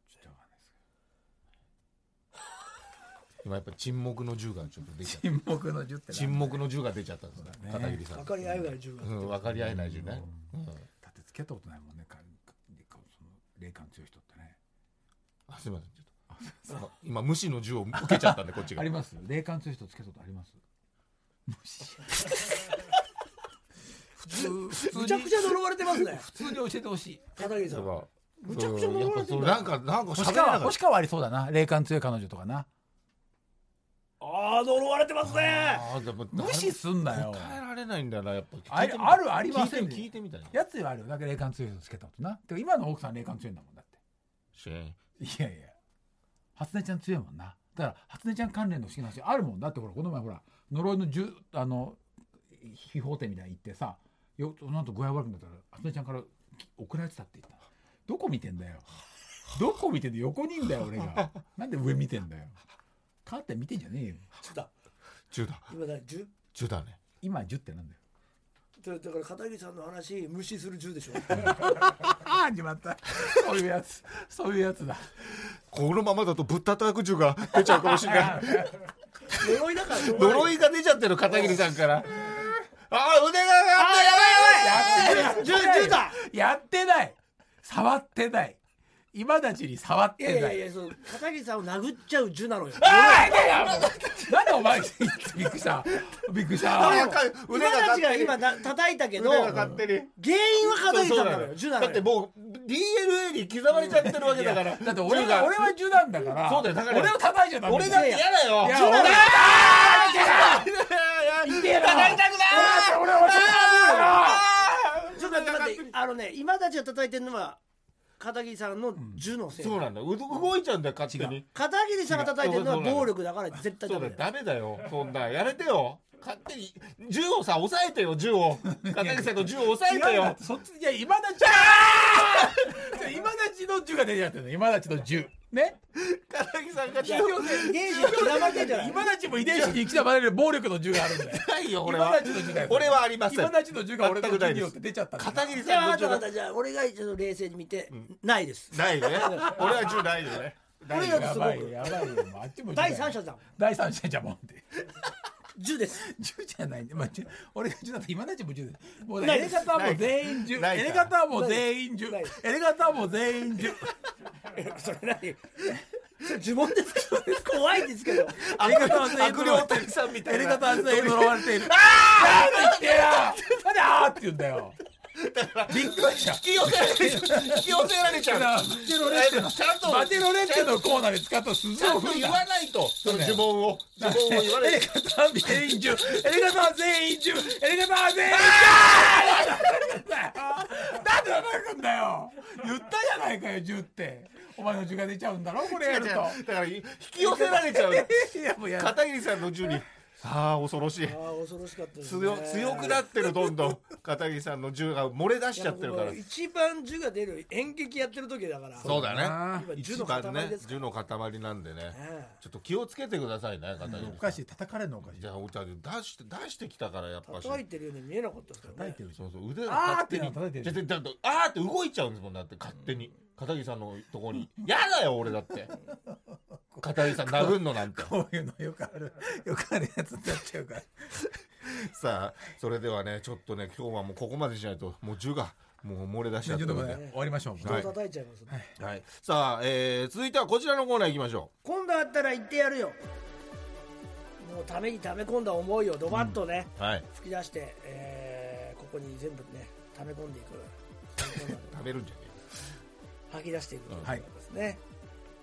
[SPEAKER 4] ちょっとわかんないです
[SPEAKER 2] 今やっぱ沈黙の銃がちょっと出ちゃっ
[SPEAKER 4] けど沈黙の10って *laughs*
[SPEAKER 2] た。
[SPEAKER 4] な
[SPEAKER 2] 沈黙の銃が出ちゃったんですね。
[SPEAKER 4] ね
[SPEAKER 2] 片桐さん。
[SPEAKER 3] 分かり合えない十
[SPEAKER 2] う
[SPEAKER 3] 分
[SPEAKER 2] ん、分かり合えない銃ね。うん
[SPEAKER 4] だって付き合ったことないもんねかかかその霊感強い人ってね
[SPEAKER 2] あすみません、ちょっと。今、無視の銃を受けちゃったんで、こっちが。
[SPEAKER 4] あります霊感強い人付き合ったことあります
[SPEAKER 2] 普通、普通
[SPEAKER 3] むちゃくちゃ呪われてます
[SPEAKER 2] *laughs*
[SPEAKER 3] ね
[SPEAKER 4] 普通に教えてほしい
[SPEAKER 3] 片桐さんむちゃくちゃ呪われて
[SPEAKER 2] る
[SPEAKER 3] んだ
[SPEAKER 2] なんか、なんか
[SPEAKER 4] 星
[SPEAKER 2] 喋れな
[SPEAKER 4] 川
[SPEAKER 2] かっ
[SPEAKER 4] 星川ありそうだな霊感強い彼女とかな
[SPEAKER 3] ああ呪われてます
[SPEAKER 2] た
[SPEAKER 3] ね。
[SPEAKER 2] あーでも
[SPEAKER 4] 無視すんなよ
[SPEAKER 2] 答えられないんだな、やっぱ聞いてみた。
[SPEAKER 4] ああるありません
[SPEAKER 2] 聞いて聞いてみたいな。
[SPEAKER 4] やつはあるよだけど霊感強い人つけたことなてか今の奥さん霊感強いんだもんだって
[SPEAKER 2] シェーン
[SPEAKER 4] いやいや初音ちゃん強いもんなだから初音ちゃん関連の不思議な話あるもんだってほらこの前ほら呪いのじゅあの秘宝店みたいに行ってさよその後具合悪くなったら初音ちゃんからき送られてたって言ったどこ見てんだよどこ見てんだよ横にいんだよ俺がなんで上見てんだよカーテン見てんじゃねえよ
[SPEAKER 3] ちょっと
[SPEAKER 2] 銃だ。
[SPEAKER 3] 今だ十。
[SPEAKER 2] 銃だね。
[SPEAKER 4] 今10ってなんだよ
[SPEAKER 3] だだから片桐さんの話無視する十でしょ。
[SPEAKER 2] *laughs*
[SPEAKER 4] ああ始まったそういうやつそういうやつだ
[SPEAKER 2] このままだとぶったたく銃が出ちゃうかもしれない。
[SPEAKER 3] 呪いだからしょうがない。
[SPEAKER 2] 呪いが出ちゃってる片桐さんから。あー、腕が
[SPEAKER 4] やってない
[SPEAKER 3] 十十だ。
[SPEAKER 4] やってない触ってない今たちに触っ
[SPEAKER 3] いや
[SPEAKER 4] て
[SPEAKER 3] い
[SPEAKER 4] な
[SPEAKER 3] や
[SPEAKER 4] い
[SPEAKER 3] いやそう片桐さんを殴っちゃう十
[SPEAKER 2] *laughs*
[SPEAKER 3] なのよ。
[SPEAKER 4] あーいやいやなんでお前びっくりしたびっくりした
[SPEAKER 2] やばい
[SPEAKER 3] 今たちが
[SPEAKER 2] 腕
[SPEAKER 3] 今な叩いたけど
[SPEAKER 2] 腕が
[SPEAKER 3] 原
[SPEAKER 2] 勝手に。
[SPEAKER 3] 因は片桐さんなのよ
[SPEAKER 2] そ
[SPEAKER 3] 十
[SPEAKER 2] う
[SPEAKER 3] な
[SPEAKER 2] だだ
[SPEAKER 3] の
[SPEAKER 2] って
[SPEAKER 3] よ。
[SPEAKER 2] もう DNA に刻まれちゃってるわけだから。
[SPEAKER 4] だって俺
[SPEAKER 2] 銃が
[SPEAKER 4] が俺は銃なんだから
[SPEAKER 2] そうだよだから
[SPEAKER 4] 俺を叩いちゃダメ
[SPEAKER 2] 俺だって嫌だよ。
[SPEAKER 4] いや
[SPEAKER 2] 銃だ
[SPEAKER 4] 俺
[SPEAKER 2] よ
[SPEAKER 4] あーいや
[SPEAKER 2] 叩い
[SPEAKER 4] えな
[SPEAKER 2] たくない
[SPEAKER 4] 俺は俺は
[SPEAKER 3] ちょっと待って待ってあのね今たちが叩いてるのは片桐さんの十のせい。
[SPEAKER 2] そうなんだ。う動いちゃうんだよ、勝手に。
[SPEAKER 3] 片桐さんが叩いてるのは暴力だから絶対
[SPEAKER 2] そ
[SPEAKER 3] ダ
[SPEAKER 2] うだ
[SPEAKER 3] メ
[SPEAKER 2] よ
[SPEAKER 3] だよ。
[SPEAKER 2] ダメだよそんなやめてよ勝手に銃をさ押さえてよ銃を片桐さんの銃を押さえて
[SPEAKER 4] 違うんだっ
[SPEAKER 2] よ
[SPEAKER 4] てそっちいや今だち今だちの銃が出ちゃってるの今だちの銃ね
[SPEAKER 2] 片桐さんが銃を
[SPEAKER 3] 遺伝子に刻まれてんじゃない。
[SPEAKER 4] 今だちも遺伝子に刻まれる暴力の銃があるんだよ
[SPEAKER 2] ないよ俺は
[SPEAKER 4] 今立ちの銃だよ
[SPEAKER 2] 俺はありません
[SPEAKER 4] 今だちの銃が俺の
[SPEAKER 2] 全くな
[SPEAKER 4] 銃に
[SPEAKER 2] いで
[SPEAKER 4] よっ
[SPEAKER 2] す
[SPEAKER 4] て出ちゃったんだ
[SPEAKER 2] 片桐
[SPEAKER 3] じゃあ
[SPEAKER 2] さんの
[SPEAKER 3] 分
[SPEAKER 2] 銃
[SPEAKER 3] かった分
[SPEAKER 2] が
[SPEAKER 3] かったじゃあ俺がちょっと冷静に見て、ないです
[SPEAKER 2] ないね俺は銃ないよねない
[SPEAKER 3] 俺
[SPEAKER 2] よ
[SPEAKER 3] だと
[SPEAKER 4] や
[SPEAKER 3] す
[SPEAKER 4] ば
[SPEAKER 3] ご
[SPEAKER 4] いよ
[SPEAKER 3] く
[SPEAKER 4] やばいよもうあっちも銃だ
[SPEAKER 3] 第
[SPEAKER 4] よ
[SPEAKER 3] 三者だもん
[SPEAKER 4] 第三者じゃもんって
[SPEAKER 3] 10です
[SPEAKER 4] 10じゃないんで、まあ、10俺が10だったら今たちも10だもうね
[SPEAKER 3] ない
[SPEAKER 4] エレガタはもう全員
[SPEAKER 2] な
[SPEAKER 4] 10
[SPEAKER 2] い
[SPEAKER 4] エ
[SPEAKER 2] から
[SPEAKER 4] レガタはもう全員
[SPEAKER 3] ない
[SPEAKER 4] 10エレガタはもう全員10
[SPEAKER 3] それ何それ呪文ですか怖いんですけど
[SPEAKER 4] エレガタは全員
[SPEAKER 2] 悪霊おたさんみた
[SPEAKER 4] エ
[SPEAKER 2] い
[SPEAKER 4] レ
[SPEAKER 2] な
[SPEAKER 4] ガタは全員呪われているああなんで言ってよなんでああって言うんだよびっくりした
[SPEAKER 2] 引き寄せられちゃう引き寄せられち
[SPEAKER 4] バチェロレッテ
[SPEAKER 2] ゃう
[SPEAKER 4] の
[SPEAKER 2] ちゃんと
[SPEAKER 4] バチェロレッテのコーナーで使った鈴
[SPEAKER 2] ちゃ
[SPEAKER 4] を
[SPEAKER 2] んと
[SPEAKER 4] 振るん
[SPEAKER 2] 言
[SPEAKER 4] だ
[SPEAKER 2] わないとその
[SPEAKER 4] だ
[SPEAKER 2] 呪
[SPEAKER 4] よ
[SPEAKER 2] 文を *laughs* 呪文を言わない
[SPEAKER 4] エレ *laughs*
[SPEAKER 2] と
[SPEAKER 4] ガタは全員中エレガタは全員中エレガタは全員中なんで叩くんだよ言ったじゃないかよ10ってお前の10が出ちゃうんだろこれやると
[SPEAKER 2] だから引き寄せられちゃう
[SPEAKER 4] いやもうやだ
[SPEAKER 2] 片桐さんの銃にああ恐ろしい
[SPEAKER 3] ああ恐ろしかったです、ね、
[SPEAKER 2] 強強くなってるどんどん *laughs* 片桐さんの銃が漏れ出しちゃってるから
[SPEAKER 3] 一番10が出る演劇やってる時だから
[SPEAKER 2] そうだね
[SPEAKER 3] 今
[SPEAKER 2] 一
[SPEAKER 3] 10の
[SPEAKER 2] 番
[SPEAKER 3] 塊
[SPEAKER 2] ね
[SPEAKER 3] ですか
[SPEAKER 2] 銃の塊なんでね
[SPEAKER 3] ら、ね
[SPEAKER 2] ちょっと気をつけてくださいね片桐さん
[SPEAKER 4] おかしい叩かれるのおかしい
[SPEAKER 2] じゃあお茶で出して出してきたからやっぱし
[SPEAKER 3] 叩いてるように見えなかったですから
[SPEAKER 4] 叩い
[SPEAKER 3] ね
[SPEAKER 4] てるじゃ
[SPEAKER 2] そ
[SPEAKER 4] ん
[SPEAKER 2] うそう腕が勝手に
[SPEAKER 4] あーってな叩いてる
[SPEAKER 2] じゃあだってあーって動いちゃうんですもんだって勝手に片桐さんのとこにやだよ俺だって片桐さん殴んのなんて
[SPEAKER 4] こういうのよくあるよくあるやつになっちゃうから
[SPEAKER 2] さあそれではねちょっとね今日はもうここまでしないともう銃がもう漏れ出しち
[SPEAKER 4] ち
[SPEAKER 2] ゃ
[SPEAKER 4] ょ
[SPEAKER 2] っ
[SPEAKER 4] ってと
[SPEAKER 2] る
[SPEAKER 4] こ
[SPEAKER 2] ん
[SPEAKER 4] れ
[SPEAKER 2] で
[SPEAKER 4] 終わりましょう
[SPEAKER 3] 人を叩いちゃいますね、
[SPEAKER 2] はい、さあ、えー、続いてはこちらのコーナー行きましょ
[SPEAKER 3] 今度会ったら言ってやるよもうために溜め込んだ思いをドバッとね、
[SPEAKER 2] うはい
[SPEAKER 3] 吹き出して、えーここに全部ね溜め込んでいく
[SPEAKER 2] 食べるんじゃね
[SPEAKER 3] 吐き出していくということ
[SPEAKER 4] はい
[SPEAKER 3] ですね、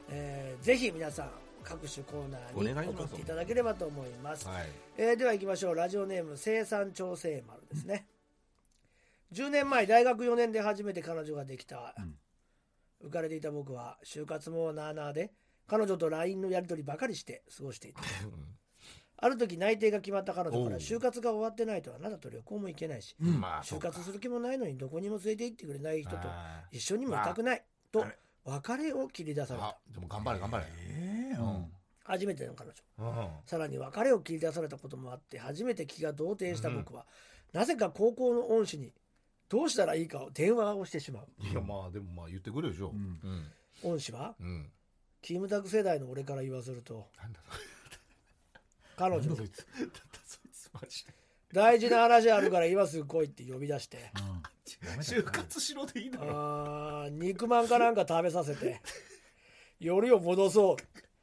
[SPEAKER 3] えーぜひ皆さん各種コーナ
[SPEAKER 2] お願
[SPEAKER 3] ー
[SPEAKER 2] い
[SPEAKER 3] に
[SPEAKER 2] します
[SPEAKER 3] 送っていただければと思います
[SPEAKER 2] はい
[SPEAKER 3] えーでは行きましょうラジオネーム生産調整丸ですね、10年前大学4年で初めて彼女ができた、浮かれていた僕は就活もなあなあで彼女と LINE のやり取りばかりして過ごしていたある時内定が決まった彼女から
[SPEAKER 2] おう
[SPEAKER 3] 就活が終わってないとあなたと旅行も行けないし
[SPEAKER 2] え、まあ
[SPEAKER 3] 就
[SPEAKER 2] そうか
[SPEAKER 3] 活する気もないのにどこにも連れて行ってくれない人と
[SPEAKER 2] あー
[SPEAKER 3] 一緒にもいたくないと別れを切り出され
[SPEAKER 2] あ
[SPEAKER 3] た
[SPEAKER 2] でも頑張れ頑張れ、
[SPEAKER 4] ええうん
[SPEAKER 3] 初めての彼女
[SPEAKER 2] うん、
[SPEAKER 3] さらに別れを切り出されたこともあって初めて気が動転した僕は、なぜか高校の恩師にどうしたらいいかを電話をしてしまう
[SPEAKER 2] いやまあでもまあ言ってくれるでしょう
[SPEAKER 4] うんん
[SPEAKER 2] うん、
[SPEAKER 3] 恩師は
[SPEAKER 2] うん、
[SPEAKER 3] キムタク世代の俺から言わせると
[SPEAKER 2] なんだそ
[SPEAKER 3] 彼女に
[SPEAKER 4] なんだそいつ、
[SPEAKER 2] れなんだそいつマジで
[SPEAKER 3] 大事な話あるから今すぐ来いって呼び出
[SPEAKER 2] *laughs*
[SPEAKER 3] して
[SPEAKER 4] うん、
[SPEAKER 2] 就活しろで *laughs* いいだろ
[SPEAKER 3] あー肉まんかなんか食べさせてよりを戻そう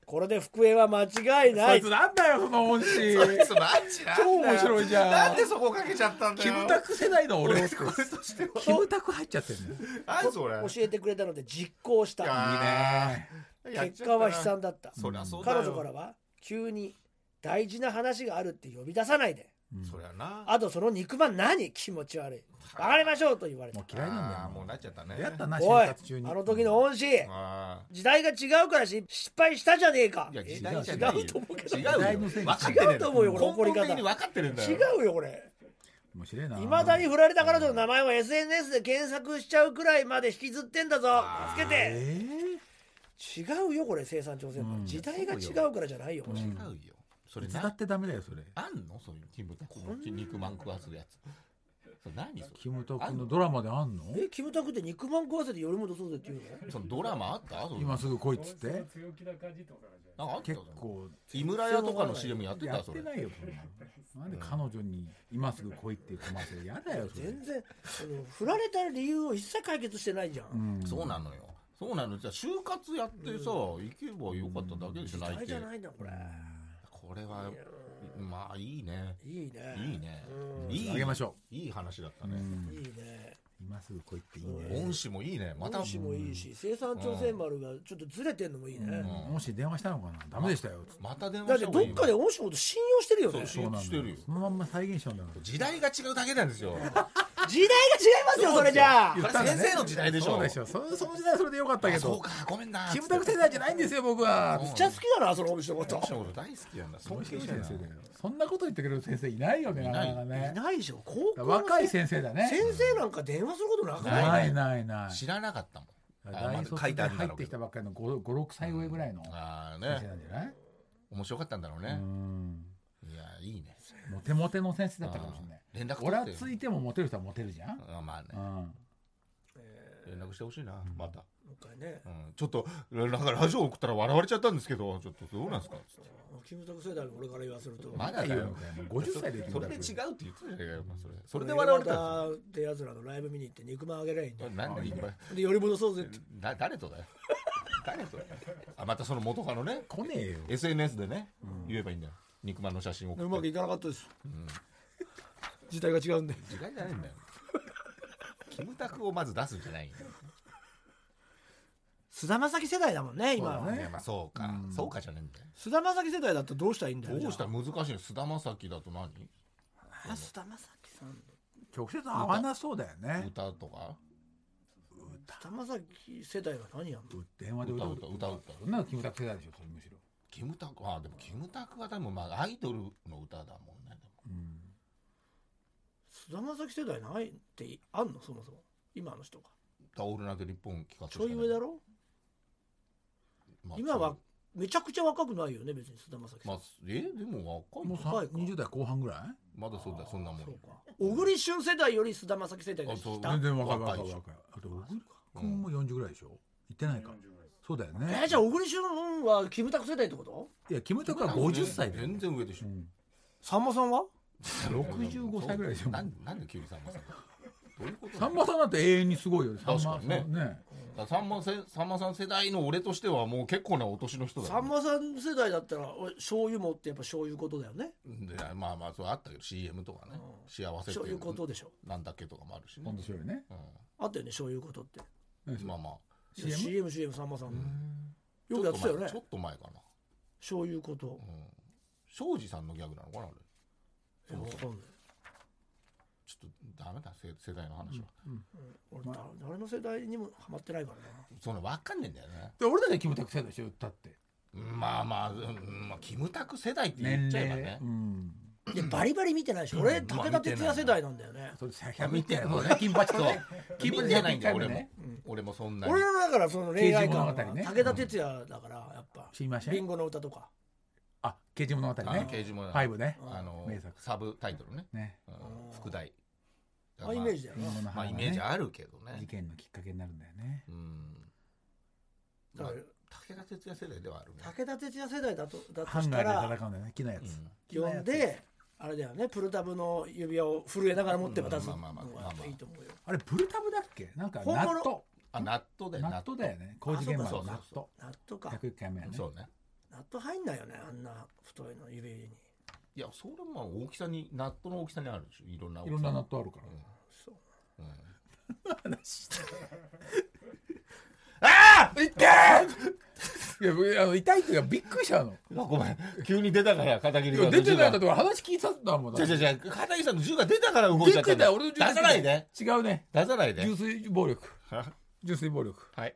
[SPEAKER 3] これで福江は間違いな
[SPEAKER 4] そい
[SPEAKER 2] *laughs*
[SPEAKER 3] い
[SPEAKER 4] つなんだよその恩師
[SPEAKER 2] そいつマジな
[SPEAKER 4] 超
[SPEAKER 2] んだ
[SPEAKER 4] 面
[SPEAKER 2] よ
[SPEAKER 4] 白いじ
[SPEAKER 2] な
[SPEAKER 4] ゃ
[SPEAKER 2] ん
[SPEAKER 4] ん
[SPEAKER 2] でそこかけちゃったんだ
[SPEAKER 4] キ
[SPEAKER 2] よ
[SPEAKER 4] ムタク世代の俺
[SPEAKER 2] 俺
[SPEAKER 4] を
[SPEAKER 2] これとしては
[SPEAKER 4] キムタク入っちゃってるね
[SPEAKER 2] 何それ
[SPEAKER 3] 教えてくれたので実行し
[SPEAKER 2] いや
[SPEAKER 3] た
[SPEAKER 2] やっち
[SPEAKER 3] 結
[SPEAKER 2] ゃ
[SPEAKER 3] 果
[SPEAKER 2] ったな
[SPEAKER 3] は悲惨だった
[SPEAKER 2] そりゃそうだよ
[SPEAKER 3] 彼女からは急に大事な話があるって呼び出さないで
[SPEAKER 4] うん
[SPEAKER 2] そりゃな
[SPEAKER 3] あとその肉まん何気持ち悪い別れましょうと言われた
[SPEAKER 4] もう嫌いなんだよ
[SPEAKER 2] あーもうなっちゃったね
[SPEAKER 4] やったな
[SPEAKER 3] おい
[SPEAKER 4] 就活中に
[SPEAKER 3] あの時の恩師
[SPEAKER 2] あ
[SPEAKER 3] 時代が違うからし失敗したじゃねえか
[SPEAKER 2] ーいや
[SPEAKER 3] え
[SPEAKER 2] 時代じゃないよ
[SPEAKER 3] 違うと思うけど
[SPEAKER 2] 違
[SPEAKER 4] 時
[SPEAKER 2] う
[SPEAKER 4] 代
[SPEAKER 2] よ
[SPEAKER 4] のせいに
[SPEAKER 2] 分かってねえ
[SPEAKER 3] 違うと思うよこれ怒り方
[SPEAKER 2] 根本的に分かってるんだよ
[SPEAKER 3] 違うよこれ
[SPEAKER 4] 面白いない
[SPEAKER 3] まだに振られた彼女の名前を SNS で検索しちゃうくらいまで引きずってんだぞ
[SPEAKER 2] あー
[SPEAKER 3] 助けて
[SPEAKER 4] え
[SPEAKER 3] 違うよこれ生産調整
[SPEAKER 4] うん
[SPEAKER 3] 時代が違うからじゃないよこれ
[SPEAKER 2] 違
[SPEAKER 4] ん
[SPEAKER 2] うよそ
[SPEAKER 4] え
[SPEAKER 2] れ
[SPEAKER 4] いつだ
[SPEAKER 2] な
[SPEAKER 4] ってダメだよそれ
[SPEAKER 2] あんのそういうキムタク
[SPEAKER 3] こんな
[SPEAKER 2] 肉まん食わすやつそれ何それ
[SPEAKER 4] キムタクのドラマであんの
[SPEAKER 3] えキムタクって肉まん食わせてより戻そうぜって言うの
[SPEAKER 2] そのドラマあったそれ
[SPEAKER 4] 今すぐ来いっつっ
[SPEAKER 5] その
[SPEAKER 4] て
[SPEAKER 5] 強気な感じとかじゃ
[SPEAKER 2] なんかあった
[SPEAKER 4] 結構
[SPEAKER 2] 井村屋とかの CM やって
[SPEAKER 4] や
[SPEAKER 2] た
[SPEAKER 4] っ
[SPEAKER 2] そ
[SPEAKER 4] て
[SPEAKER 2] れ
[SPEAKER 4] ないよそんなのなんで彼女に今すぐ来いっていうコマーシャルやだよそれ
[SPEAKER 3] 全然あの振られた理由を一切解決してないじゃん
[SPEAKER 4] ん
[SPEAKER 2] そうなのよそうなのじゃあ就活やってさ行けばよかっただけでしょ
[SPEAKER 3] 時
[SPEAKER 2] 内
[SPEAKER 3] 代
[SPEAKER 2] 定
[SPEAKER 3] じゃないんだこれ
[SPEAKER 2] これはまあいいね
[SPEAKER 3] いいね
[SPEAKER 2] いいね
[SPEAKER 3] うん
[SPEAKER 2] いい
[SPEAKER 4] あげましょ
[SPEAKER 2] いい話だった
[SPEAKER 4] うう
[SPEAKER 2] ね
[SPEAKER 4] ん
[SPEAKER 3] いいね
[SPEAKER 4] 今すぐ来いっていい
[SPEAKER 2] 恩
[SPEAKER 4] ね
[SPEAKER 2] 師もいいねまた
[SPEAKER 3] 恩師もいいし生産調整丸がちょっとずれてんのもいいね
[SPEAKER 4] うん恩師電話したのかなダメでしたよつって
[SPEAKER 2] また電
[SPEAKER 3] だっ
[SPEAKER 2] 話してた
[SPEAKER 3] ど
[SPEAKER 2] 方がい
[SPEAKER 3] っ
[SPEAKER 2] い
[SPEAKER 3] かで恩師のこと信用してるよ
[SPEAKER 2] そ
[SPEAKER 3] ね
[SPEAKER 2] う
[SPEAKER 3] 時
[SPEAKER 2] 信
[SPEAKER 4] そうなん
[SPEAKER 2] 用
[SPEAKER 4] だ
[SPEAKER 2] してるよ
[SPEAKER 4] そのまんま再現しちゃうんだから
[SPEAKER 2] 時代が違うだけなんですよ
[SPEAKER 3] 代が違いますよそれじゃあ
[SPEAKER 2] 言ったんだね先生の時代でしょ
[SPEAKER 4] そうでしょそその時代はそれでよかったけ
[SPEAKER 2] あそ
[SPEAKER 4] ど
[SPEAKER 2] うかごめんな
[SPEAKER 4] キムタク世代じゃないんですよ僕は
[SPEAKER 2] そう
[SPEAKER 3] めっちゃ好きだなその恩師のこ
[SPEAKER 2] 恩
[SPEAKER 3] と
[SPEAKER 2] 師のこと大好きなんだ尊
[SPEAKER 4] 面白
[SPEAKER 2] 敬
[SPEAKER 4] い
[SPEAKER 2] し
[SPEAKER 4] 先
[SPEAKER 2] てる
[SPEAKER 4] 生だよそんなこと言ってくれる先生いないよねなかなか
[SPEAKER 3] い
[SPEAKER 4] ね
[SPEAKER 3] ないでしょ高校の
[SPEAKER 4] 若い先生だね
[SPEAKER 3] 先生なんか電話することなか
[SPEAKER 2] ない
[SPEAKER 3] っ
[SPEAKER 4] ないないない
[SPEAKER 2] 知らなかったもんあま
[SPEAKER 4] 大
[SPEAKER 2] だ
[SPEAKER 4] 卒
[SPEAKER 2] 書いて
[SPEAKER 4] で
[SPEAKER 2] あるんだ
[SPEAKER 4] 入っ
[SPEAKER 2] ろう
[SPEAKER 4] て
[SPEAKER 2] け
[SPEAKER 4] きた
[SPEAKER 2] ど
[SPEAKER 4] ばっかりの5 6歳上ぐらいの先
[SPEAKER 2] ああ
[SPEAKER 4] 生
[SPEAKER 2] ね
[SPEAKER 4] なんじゃない
[SPEAKER 2] 面白かったんだろう
[SPEAKER 4] う
[SPEAKER 2] ね
[SPEAKER 4] ん
[SPEAKER 2] いやいいね
[SPEAKER 4] モテモテの先生だったかもしれない
[SPEAKER 2] 連絡取
[SPEAKER 4] 俺は
[SPEAKER 2] って
[SPEAKER 4] ついてもモテる人はモテるじゃん
[SPEAKER 2] あまあね
[SPEAKER 4] うん
[SPEAKER 2] 連絡してほしいなまた
[SPEAKER 3] もう一回ね
[SPEAKER 2] うんちょっとなんかラジオ送ったら笑われちゃったんですけどちょっとどうなんですかつって
[SPEAKER 3] キムタク世代の俺から言わせると
[SPEAKER 2] まだだ
[SPEAKER 4] 言う
[SPEAKER 2] よ
[SPEAKER 4] のかよもう50歳で言って
[SPEAKER 2] そ
[SPEAKER 4] く
[SPEAKER 2] れ
[SPEAKER 4] れ
[SPEAKER 2] で違う
[SPEAKER 4] る
[SPEAKER 2] って言ってたじゃないかそれそれで笑われたん
[SPEAKER 3] んですやつらのライブ見に行って肉まんあげりゃいいんだ
[SPEAKER 2] で
[SPEAKER 3] よ
[SPEAKER 2] すよなんでいっぱい
[SPEAKER 3] でより戻そうぜって
[SPEAKER 2] だ誰とだよ誰とだよあまたその元カノね
[SPEAKER 4] 来ねえよ
[SPEAKER 2] SNS でね言えばいいんだよ肉まんの写真を
[SPEAKER 3] う
[SPEAKER 2] 送
[SPEAKER 3] ま
[SPEAKER 2] っ
[SPEAKER 3] く
[SPEAKER 2] て
[SPEAKER 3] いかなかったです時代が違うんで
[SPEAKER 2] 時間じゃないんだよキムタクをまず出すんじゃないんだよ
[SPEAKER 3] 菅田将暉世代だもんね今
[SPEAKER 4] そうだ
[SPEAKER 3] は
[SPEAKER 4] ね
[SPEAKER 2] いやまあそうかそうかじゃねえんだよ
[SPEAKER 3] 菅田将暉世代だったらどうしたらいいんだよ
[SPEAKER 2] どうした
[SPEAKER 3] じ
[SPEAKER 2] ら難しいの菅田将暉だと何
[SPEAKER 3] ゃああ菅田将暉さん
[SPEAKER 4] 直接合わなそうだよね
[SPEAKER 2] 歌とか
[SPEAKER 3] 菅田将暉世代は何やんの
[SPEAKER 4] 電話で
[SPEAKER 2] 歌
[SPEAKER 4] 歌
[SPEAKER 2] 歌
[SPEAKER 4] う
[SPEAKER 2] 歌歌歌
[SPEAKER 4] そんなのキムタク世代でしょそれむしろ
[SPEAKER 2] キムタクあでもキムタクは多分まあアイドルの歌だもんね
[SPEAKER 4] うん
[SPEAKER 3] 菅田将暉世代ないってあんのそもそも今の人が
[SPEAKER 2] でもオールナイト日本企画
[SPEAKER 3] ちょい上だ
[SPEAKER 2] ろ、
[SPEAKER 3] ろ
[SPEAKER 2] まあ
[SPEAKER 3] 今
[SPEAKER 2] そ
[SPEAKER 3] は
[SPEAKER 2] う
[SPEAKER 3] めちゃくちゃ若くないよね別に菅田将暉さ
[SPEAKER 2] ま
[SPEAKER 3] ん
[SPEAKER 2] あえでも若い
[SPEAKER 4] もう
[SPEAKER 2] も
[SPEAKER 4] さ
[SPEAKER 3] 若いか
[SPEAKER 4] 20代後半ぐらい
[SPEAKER 2] まだそうだそんなもん
[SPEAKER 3] そうか小栗旬世代より菅田将暉世代が
[SPEAKER 2] あそう
[SPEAKER 3] 下
[SPEAKER 4] 全然若い
[SPEAKER 2] 若い
[SPEAKER 4] 若い
[SPEAKER 2] でしょ
[SPEAKER 4] 若いあと小栗君も40ぐらいでしょ行ってないかそうだよ
[SPEAKER 3] え
[SPEAKER 4] ね
[SPEAKER 3] ーじゃあ小栗旬はキムタク世代ってこと
[SPEAKER 4] いやキムタクは50歳だよ
[SPEAKER 2] 全然上でしょ、
[SPEAKER 3] さんまさん
[SPEAKER 4] *laughs*
[SPEAKER 3] は
[SPEAKER 4] 65歳ぐらいでしょ
[SPEAKER 2] なんなんで急にさんまさんがどういうこと
[SPEAKER 4] さんまさんなんて永遠にすごいよねさんまさ
[SPEAKER 2] 確
[SPEAKER 4] ん
[SPEAKER 2] か
[SPEAKER 4] ね
[SPEAKER 2] にだからさんませさんまさん世代の俺としてはもう結構なお年の人だ、ね、
[SPEAKER 3] さんまさん世代だったらおい醤油もってやっぱ醤油ことだよね
[SPEAKER 2] でまあまあそうあったけど CM とかね、幸せって
[SPEAKER 3] 醤
[SPEAKER 2] い
[SPEAKER 3] 油
[SPEAKER 2] う
[SPEAKER 3] ことでしょ
[SPEAKER 2] なんだっけとかもあるしね
[SPEAKER 4] 今、度しようよね
[SPEAKER 3] あったよね醤油ことって
[SPEAKER 2] うん、まあまあ
[SPEAKER 4] CM?
[SPEAKER 3] CMCM さんまさんの
[SPEAKER 2] ち
[SPEAKER 3] よ
[SPEAKER 2] ょ
[SPEAKER 3] くや
[SPEAKER 2] っ
[SPEAKER 3] って
[SPEAKER 2] と
[SPEAKER 3] た
[SPEAKER 2] 前
[SPEAKER 3] よね
[SPEAKER 2] ちょっと前かな
[SPEAKER 3] 醤油こと
[SPEAKER 2] 庄司さんのギャグなのかなあれ
[SPEAKER 3] えわかんない
[SPEAKER 2] ちょっとダメだ世世代の話は、
[SPEAKER 3] 俺だ誰の世代にもハマってないからな
[SPEAKER 2] そんな分かんねえんだよね
[SPEAKER 4] で俺たちはキムタク世代でしょ歌って
[SPEAKER 2] まあまあ、うんまあ、キムタク世代って言っ
[SPEAKER 4] 年
[SPEAKER 2] ちゃえば
[SPEAKER 4] 齢
[SPEAKER 2] ね
[SPEAKER 4] う、ん
[SPEAKER 3] でバリバリ見てないでしょ俺武田鉄矢世代なんだよね
[SPEAKER 4] それさ
[SPEAKER 2] 見て
[SPEAKER 4] ね金八と
[SPEAKER 2] 見てないんだよ俺も、俺もそんなに
[SPEAKER 3] 俺のだからその恋愛観は
[SPEAKER 4] 刑事物語ね
[SPEAKER 3] 武田鉄矢だからやっぱ
[SPEAKER 4] 知りませ
[SPEAKER 3] リン
[SPEAKER 4] ん
[SPEAKER 3] ゴの歌とか
[SPEAKER 4] あ刑事物語
[SPEAKER 2] あの
[SPEAKER 4] ね
[SPEAKER 2] 刑事も
[SPEAKER 4] ファイブね
[SPEAKER 2] あの
[SPEAKER 4] 名作
[SPEAKER 2] サブタイトルね、
[SPEAKER 4] ね
[SPEAKER 2] うん
[SPEAKER 3] うん
[SPEAKER 2] 副題
[SPEAKER 3] あイメージだよ
[SPEAKER 4] リン
[SPEAKER 3] な
[SPEAKER 4] ゴの
[SPEAKER 2] まあまあ
[SPEAKER 4] 花
[SPEAKER 2] イ
[SPEAKER 4] が
[SPEAKER 2] メージ
[SPEAKER 4] ね
[SPEAKER 2] あるけどね
[SPEAKER 4] 事件のきっかけになるんだよね
[SPEAKER 2] うん
[SPEAKER 3] だ
[SPEAKER 2] まあ
[SPEAKER 3] から
[SPEAKER 2] 武田鉄矢世代ではあるね
[SPEAKER 3] 武田鉄矢世代だとだ
[SPEAKER 4] ハ
[SPEAKER 3] とし
[SPEAKER 4] ン
[SPEAKER 3] た
[SPEAKER 4] ガ
[SPEAKER 3] ら
[SPEAKER 4] ーで戦うんだよね木のやつ
[SPEAKER 2] うん
[SPEAKER 3] 呼んであれだよねプルタブの指輪を震えながら持って渡すのがいいと思うよ
[SPEAKER 4] あれプルタブだっけなんか
[SPEAKER 3] 本
[SPEAKER 4] 納
[SPEAKER 3] 物
[SPEAKER 4] 豆
[SPEAKER 2] あ納豆だよ
[SPEAKER 4] 納豆だよね工事現場の
[SPEAKER 2] あ
[SPEAKER 4] 納
[SPEAKER 2] そう
[SPEAKER 4] 豆
[SPEAKER 3] 納豆か
[SPEAKER 4] 101回目やね
[SPEAKER 2] そうね
[SPEAKER 3] 納豆入んないよねあんな太いの指に
[SPEAKER 2] いやそれもまあ大きさに納豆の大きさにあるでしょいろんな大き
[SPEAKER 4] い
[SPEAKER 2] さ
[SPEAKER 4] ろんな納豆あるから
[SPEAKER 3] そう
[SPEAKER 2] うんうん
[SPEAKER 4] *laughs* ああ痛 *laughs* いいやあの痛いっていうかびっくりしちゃうの
[SPEAKER 2] あごめん急に出たから片桐
[SPEAKER 4] い
[SPEAKER 2] さん
[SPEAKER 4] や
[SPEAKER 2] の
[SPEAKER 4] 出てないだっ
[SPEAKER 2] 銃
[SPEAKER 4] て俺話聞いたんだもん
[SPEAKER 2] が
[SPEAKER 4] だっ
[SPEAKER 2] 違う
[SPEAKER 4] て
[SPEAKER 2] 違う違う片桐さんの銃が出たから動いちゃ
[SPEAKER 4] 出て
[SPEAKER 2] ったん
[SPEAKER 4] な
[SPEAKER 2] だ
[SPEAKER 4] い俺の
[SPEAKER 2] 出さないで
[SPEAKER 4] 違うね
[SPEAKER 2] 出さないで
[SPEAKER 4] 純粋暴力
[SPEAKER 2] は
[SPEAKER 4] 純粋暴力
[SPEAKER 2] *laughs* はい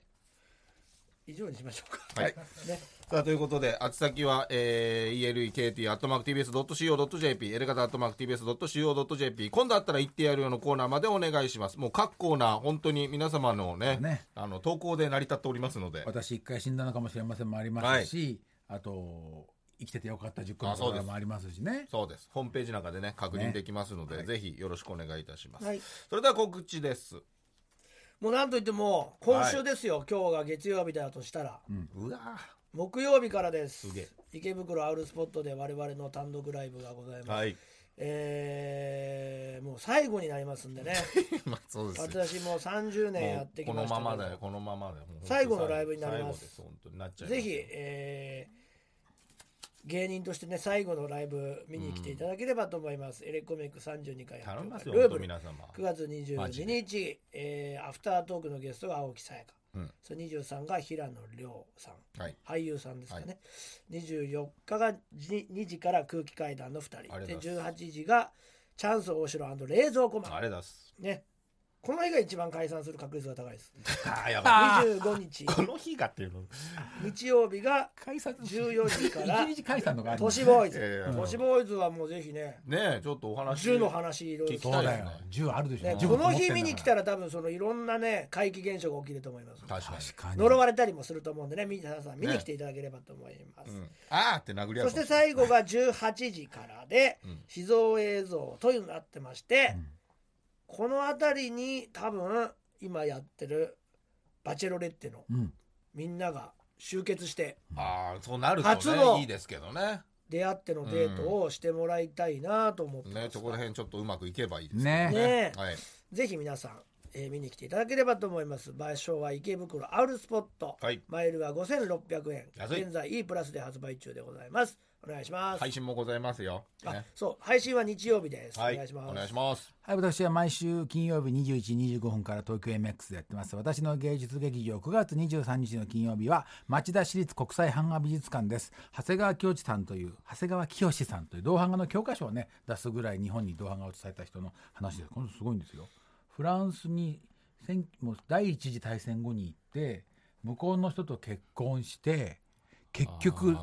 [SPEAKER 3] 以上にしましょうか
[SPEAKER 2] はい
[SPEAKER 3] ね
[SPEAKER 2] さあということで、宛先は、えー、elekt.tbs.co.jp、エレガタ .tbs.co.jp、今度あったら言ってやるよのコーナーまでお願いします。もう各コーナー、本当に皆様のね、
[SPEAKER 4] ね
[SPEAKER 2] あの投稿で成り立っておりますので、
[SPEAKER 4] 私一回死んだのかもしれませんもありますし、あと生きててよかった10個の
[SPEAKER 2] あそうです
[SPEAKER 4] こともありますしね
[SPEAKER 2] そうです。ホームページなんかでね、確認
[SPEAKER 4] ね
[SPEAKER 2] できますので、ぜひよろしくお願いいたします。
[SPEAKER 3] はい
[SPEAKER 2] それでは告知です。
[SPEAKER 3] もうなんといっても今週ですよ、今日が月曜日だとしたら
[SPEAKER 2] うわ
[SPEAKER 3] 木曜日からです
[SPEAKER 2] すげえ
[SPEAKER 3] 池袋アウルスポットで我々の単独ライブがございます、
[SPEAKER 2] はい。
[SPEAKER 3] えーもう最後になりますんでね
[SPEAKER 2] *laughs* まあ、 *laughs* そうですよ
[SPEAKER 3] 私もう30年や
[SPEAKER 2] も
[SPEAKER 3] って
[SPEAKER 2] う
[SPEAKER 3] き
[SPEAKER 2] こ
[SPEAKER 3] ま
[SPEAKER 2] の
[SPEAKER 3] した
[SPEAKER 2] ま
[SPEAKER 3] けど
[SPEAKER 2] まだよ、このままだよ。もう本当
[SPEAKER 3] 最後のライブになります
[SPEAKER 2] 最後です、本当になっちゃいま
[SPEAKER 3] ぜ
[SPEAKER 2] す
[SPEAKER 3] ひ、えー芸人としてね最後のライブ見に来ていただければと思います、エレコミック32回
[SPEAKER 2] 頼みますよ、
[SPEAKER 3] ルー
[SPEAKER 2] 本当
[SPEAKER 3] ブル
[SPEAKER 2] 皆様。
[SPEAKER 3] 9月
[SPEAKER 2] マ
[SPEAKER 3] 22
[SPEAKER 2] ジ
[SPEAKER 3] 日、えーアフタートークのゲストが青木さやか、
[SPEAKER 2] うん
[SPEAKER 3] それ23が平野亮さん
[SPEAKER 2] はい。
[SPEAKER 3] 俳優さんですかね、24日がじ2時から空気階段の2人
[SPEAKER 2] あり
[SPEAKER 3] で
[SPEAKER 2] がとうござい
[SPEAKER 3] 18時がチャンス大城冷蔵庫マン
[SPEAKER 2] あれだっす。
[SPEAKER 3] ねこの日が一番解散する確率が高いです
[SPEAKER 2] あーやばい
[SPEAKER 4] あ
[SPEAKER 3] 25日
[SPEAKER 2] *laughs* この日がっていうの。
[SPEAKER 3] 日曜日が
[SPEAKER 4] 解散
[SPEAKER 3] 14時から
[SPEAKER 4] 一日解散のがあるんだ
[SPEAKER 3] *laughs* 都
[SPEAKER 4] ね
[SPEAKER 3] 市ボーイ
[SPEAKER 2] いやい
[SPEAKER 3] ズ
[SPEAKER 2] や
[SPEAKER 3] 都市ボーイズはもうぜひね
[SPEAKER 2] ねえ、ちょっとお話。
[SPEAKER 3] 銃の話いろい
[SPEAKER 2] 聞き
[SPEAKER 3] ろ
[SPEAKER 4] そうだよ
[SPEAKER 2] 聞きたいですね
[SPEAKER 4] 銃あるでしょ、
[SPEAKER 3] ね
[SPEAKER 4] 銃
[SPEAKER 3] こ
[SPEAKER 4] 持
[SPEAKER 3] の
[SPEAKER 4] ってんだ
[SPEAKER 3] 日
[SPEAKER 4] から
[SPEAKER 3] 見に来たら多分そのいろんなね怪奇現象が起きると思います
[SPEAKER 2] 確か
[SPEAKER 4] 確かに
[SPEAKER 3] 呪われたりもすると思うんでね皆さん見に来ていただければと思います、
[SPEAKER 2] に。うんあーって殴り合。
[SPEAKER 3] そうして最後が18時からで
[SPEAKER 2] うん
[SPEAKER 3] 秘蔵映像というのになってまして、
[SPEAKER 4] うん
[SPEAKER 3] この辺りに多分今やってるバチェロレッテの
[SPEAKER 4] うん
[SPEAKER 3] みんなが集結して
[SPEAKER 2] ああ、そうなる
[SPEAKER 3] 初の
[SPEAKER 2] とね、いいですけどね。
[SPEAKER 3] 出会ってのデートをしてもらいたいなと思ってます、
[SPEAKER 2] ね、そこら辺ちょっとうまくいけばいいですけど
[SPEAKER 3] ねえ
[SPEAKER 2] はい。
[SPEAKER 3] ぜひ皆さん、えー見に来ていただければと思います。場所は池袋アウルスポット。
[SPEAKER 2] はい
[SPEAKER 3] マイルは5600円。
[SPEAKER 2] 安い
[SPEAKER 3] 現在 E プラスで発売中でございます。お願いします。
[SPEAKER 2] 配信もございますよ。
[SPEAKER 3] あ
[SPEAKER 2] ね
[SPEAKER 3] そう配信は日曜日です。
[SPEAKER 2] はい。
[SPEAKER 3] お願いします。
[SPEAKER 2] お願いします。
[SPEAKER 4] はい、私は毎週金曜日21時25分から東京 MX でやってます。私の芸術劇場9月23日の金曜日は町田市立国際版画美術館です。長谷川清さんという、長谷川清さんという銅版画の教科書をね、出すぐらい日本に銅版画を伝えた人の話です。この人すごいんですよ。フランスに戦もう第一次大戦後に行って、向こうの人と結婚して、結局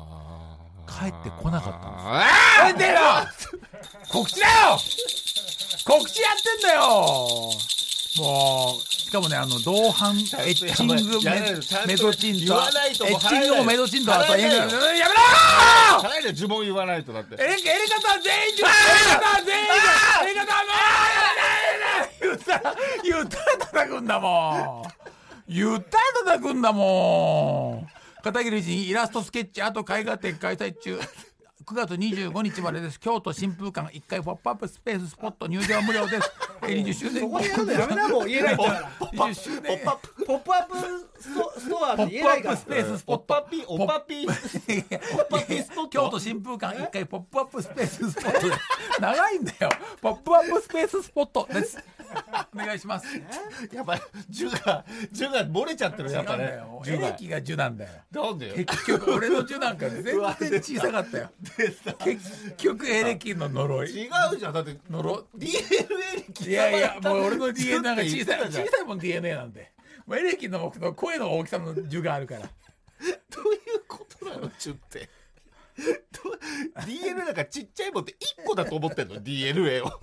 [SPEAKER 4] 帰ってこなかったんです。
[SPEAKER 2] あ
[SPEAKER 4] 出てよ告知だよ告知やってんだよもうしかもねあの同伴エッチング
[SPEAKER 2] や
[SPEAKER 4] メ
[SPEAKER 2] めろちゃんと
[SPEAKER 4] メドチン
[SPEAKER 2] 言
[SPEAKER 4] と
[SPEAKER 2] わないと
[SPEAKER 4] エ
[SPEAKER 2] もう
[SPEAKER 4] ッチングもメドチンとあと
[SPEAKER 2] 払え
[SPEAKER 4] 映画
[SPEAKER 2] ない
[SPEAKER 4] やめろー
[SPEAKER 2] あ。かなり呪文言わないとだって。
[SPEAKER 4] エレエレカタは全員じゃエレカタは全員じゃエレカタはもう言ったら言ったら叩くんだもん言ったら叩くんだもん片桐仁イラストスケッチアート絵画展開催中9月25日までです京都新風館1階ポップアップスペーススポット入場無料ですえー20周年
[SPEAKER 3] そこでやるのやめなもう言えないんだから。
[SPEAKER 4] 20周年ポップ
[SPEAKER 3] ポップアップストストアっ
[SPEAKER 4] ア
[SPEAKER 3] て言えないか
[SPEAKER 4] ップ
[SPEAKER 3] ら
[SPEAKER 4] ス。ペーススポ
[SPEAKER 2] お
[SPEAKER 4] ッ
[SPEAKER 2] っ
[SPEAKER 4] ト
[SPEAKER 2] ぱっぴ、おっぱっぴ。
[SPEAKER 4] 京都新風館1階ポップアップスペーススポットです長いんだよポップアップスペーススポットですお願いします
[SPEAKER 2] やばい。銃が、銃が漏れちゃってる、やっ
[SPEAKER 4] な
[SPEAKER 2] ぱ
[SPEAKER 4] んだ
[SPEAKER 2] ね
[SPEAKER 4] よ。
[SPEAKER 2] 銃
[SPEAKER 4] エレ
[SPEAKER 2] が。
[SPEAKER 4] キが10なんだよ
[SPEAKER 2] なんでよ。
[SPEAKER 4] 結局俺の10なんか全然小さかったよ結局エレキの呪い
[SPEAKER 2] 違うじゃん。だって、
[SPEAKER 4] 呪
[SPEAKER 2] DNA に刻まれた
[SPEAKER 4] いやいやもう俺の DNA なんか小
[SPEAKER 2] 銃って言
[SPEAKER 4] さ
[SPEAKER 2] っ
[SPEAKER 4] い小
[SPEAKER 2] てたじゃん
[SPEAKER 4] さいもん DNA なんでもうエレキの僕の声の大きさの10がある
[SPEAKER 2] *laughs*
[SPEAKER 4] から
[SPEAKER 2] どういうことなのチュって。DNA なんかちっちゃいもんって1個だと思ってんの DNA を1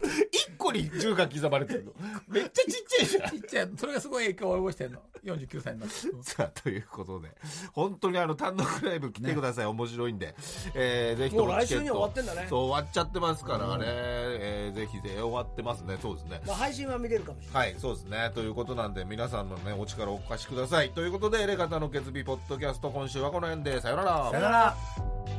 [SPEAKER 2] 個に10が刻まれてるの。めっちゃちっちゃいじゃん。
[SPEAKER 4] ちっちゃいそれがすごい影響を及ぼしてんの49歳になってうん
[SPEAKER 2] さあ、ということで、本当にあの、単独ライブ来てください。面白いんで。えー、ぜひと
[SPEAKER 3] もう来週には終わってんだね
[SPEAKER 2] そう、終わっちゃってますからね。えー、ぜひぜひ終わってますね。そうですね。
[SPEAKER 3] まあ、配信は見れるかもしれない
[SPEAKER 2] はい、そうですね。ということなんで、皆さんのね、お力をお貸しください。ということで、エレガタの決日ポッドキャスト、今週はこの辺で、さよなら。
[SPEAKER 4] さよなら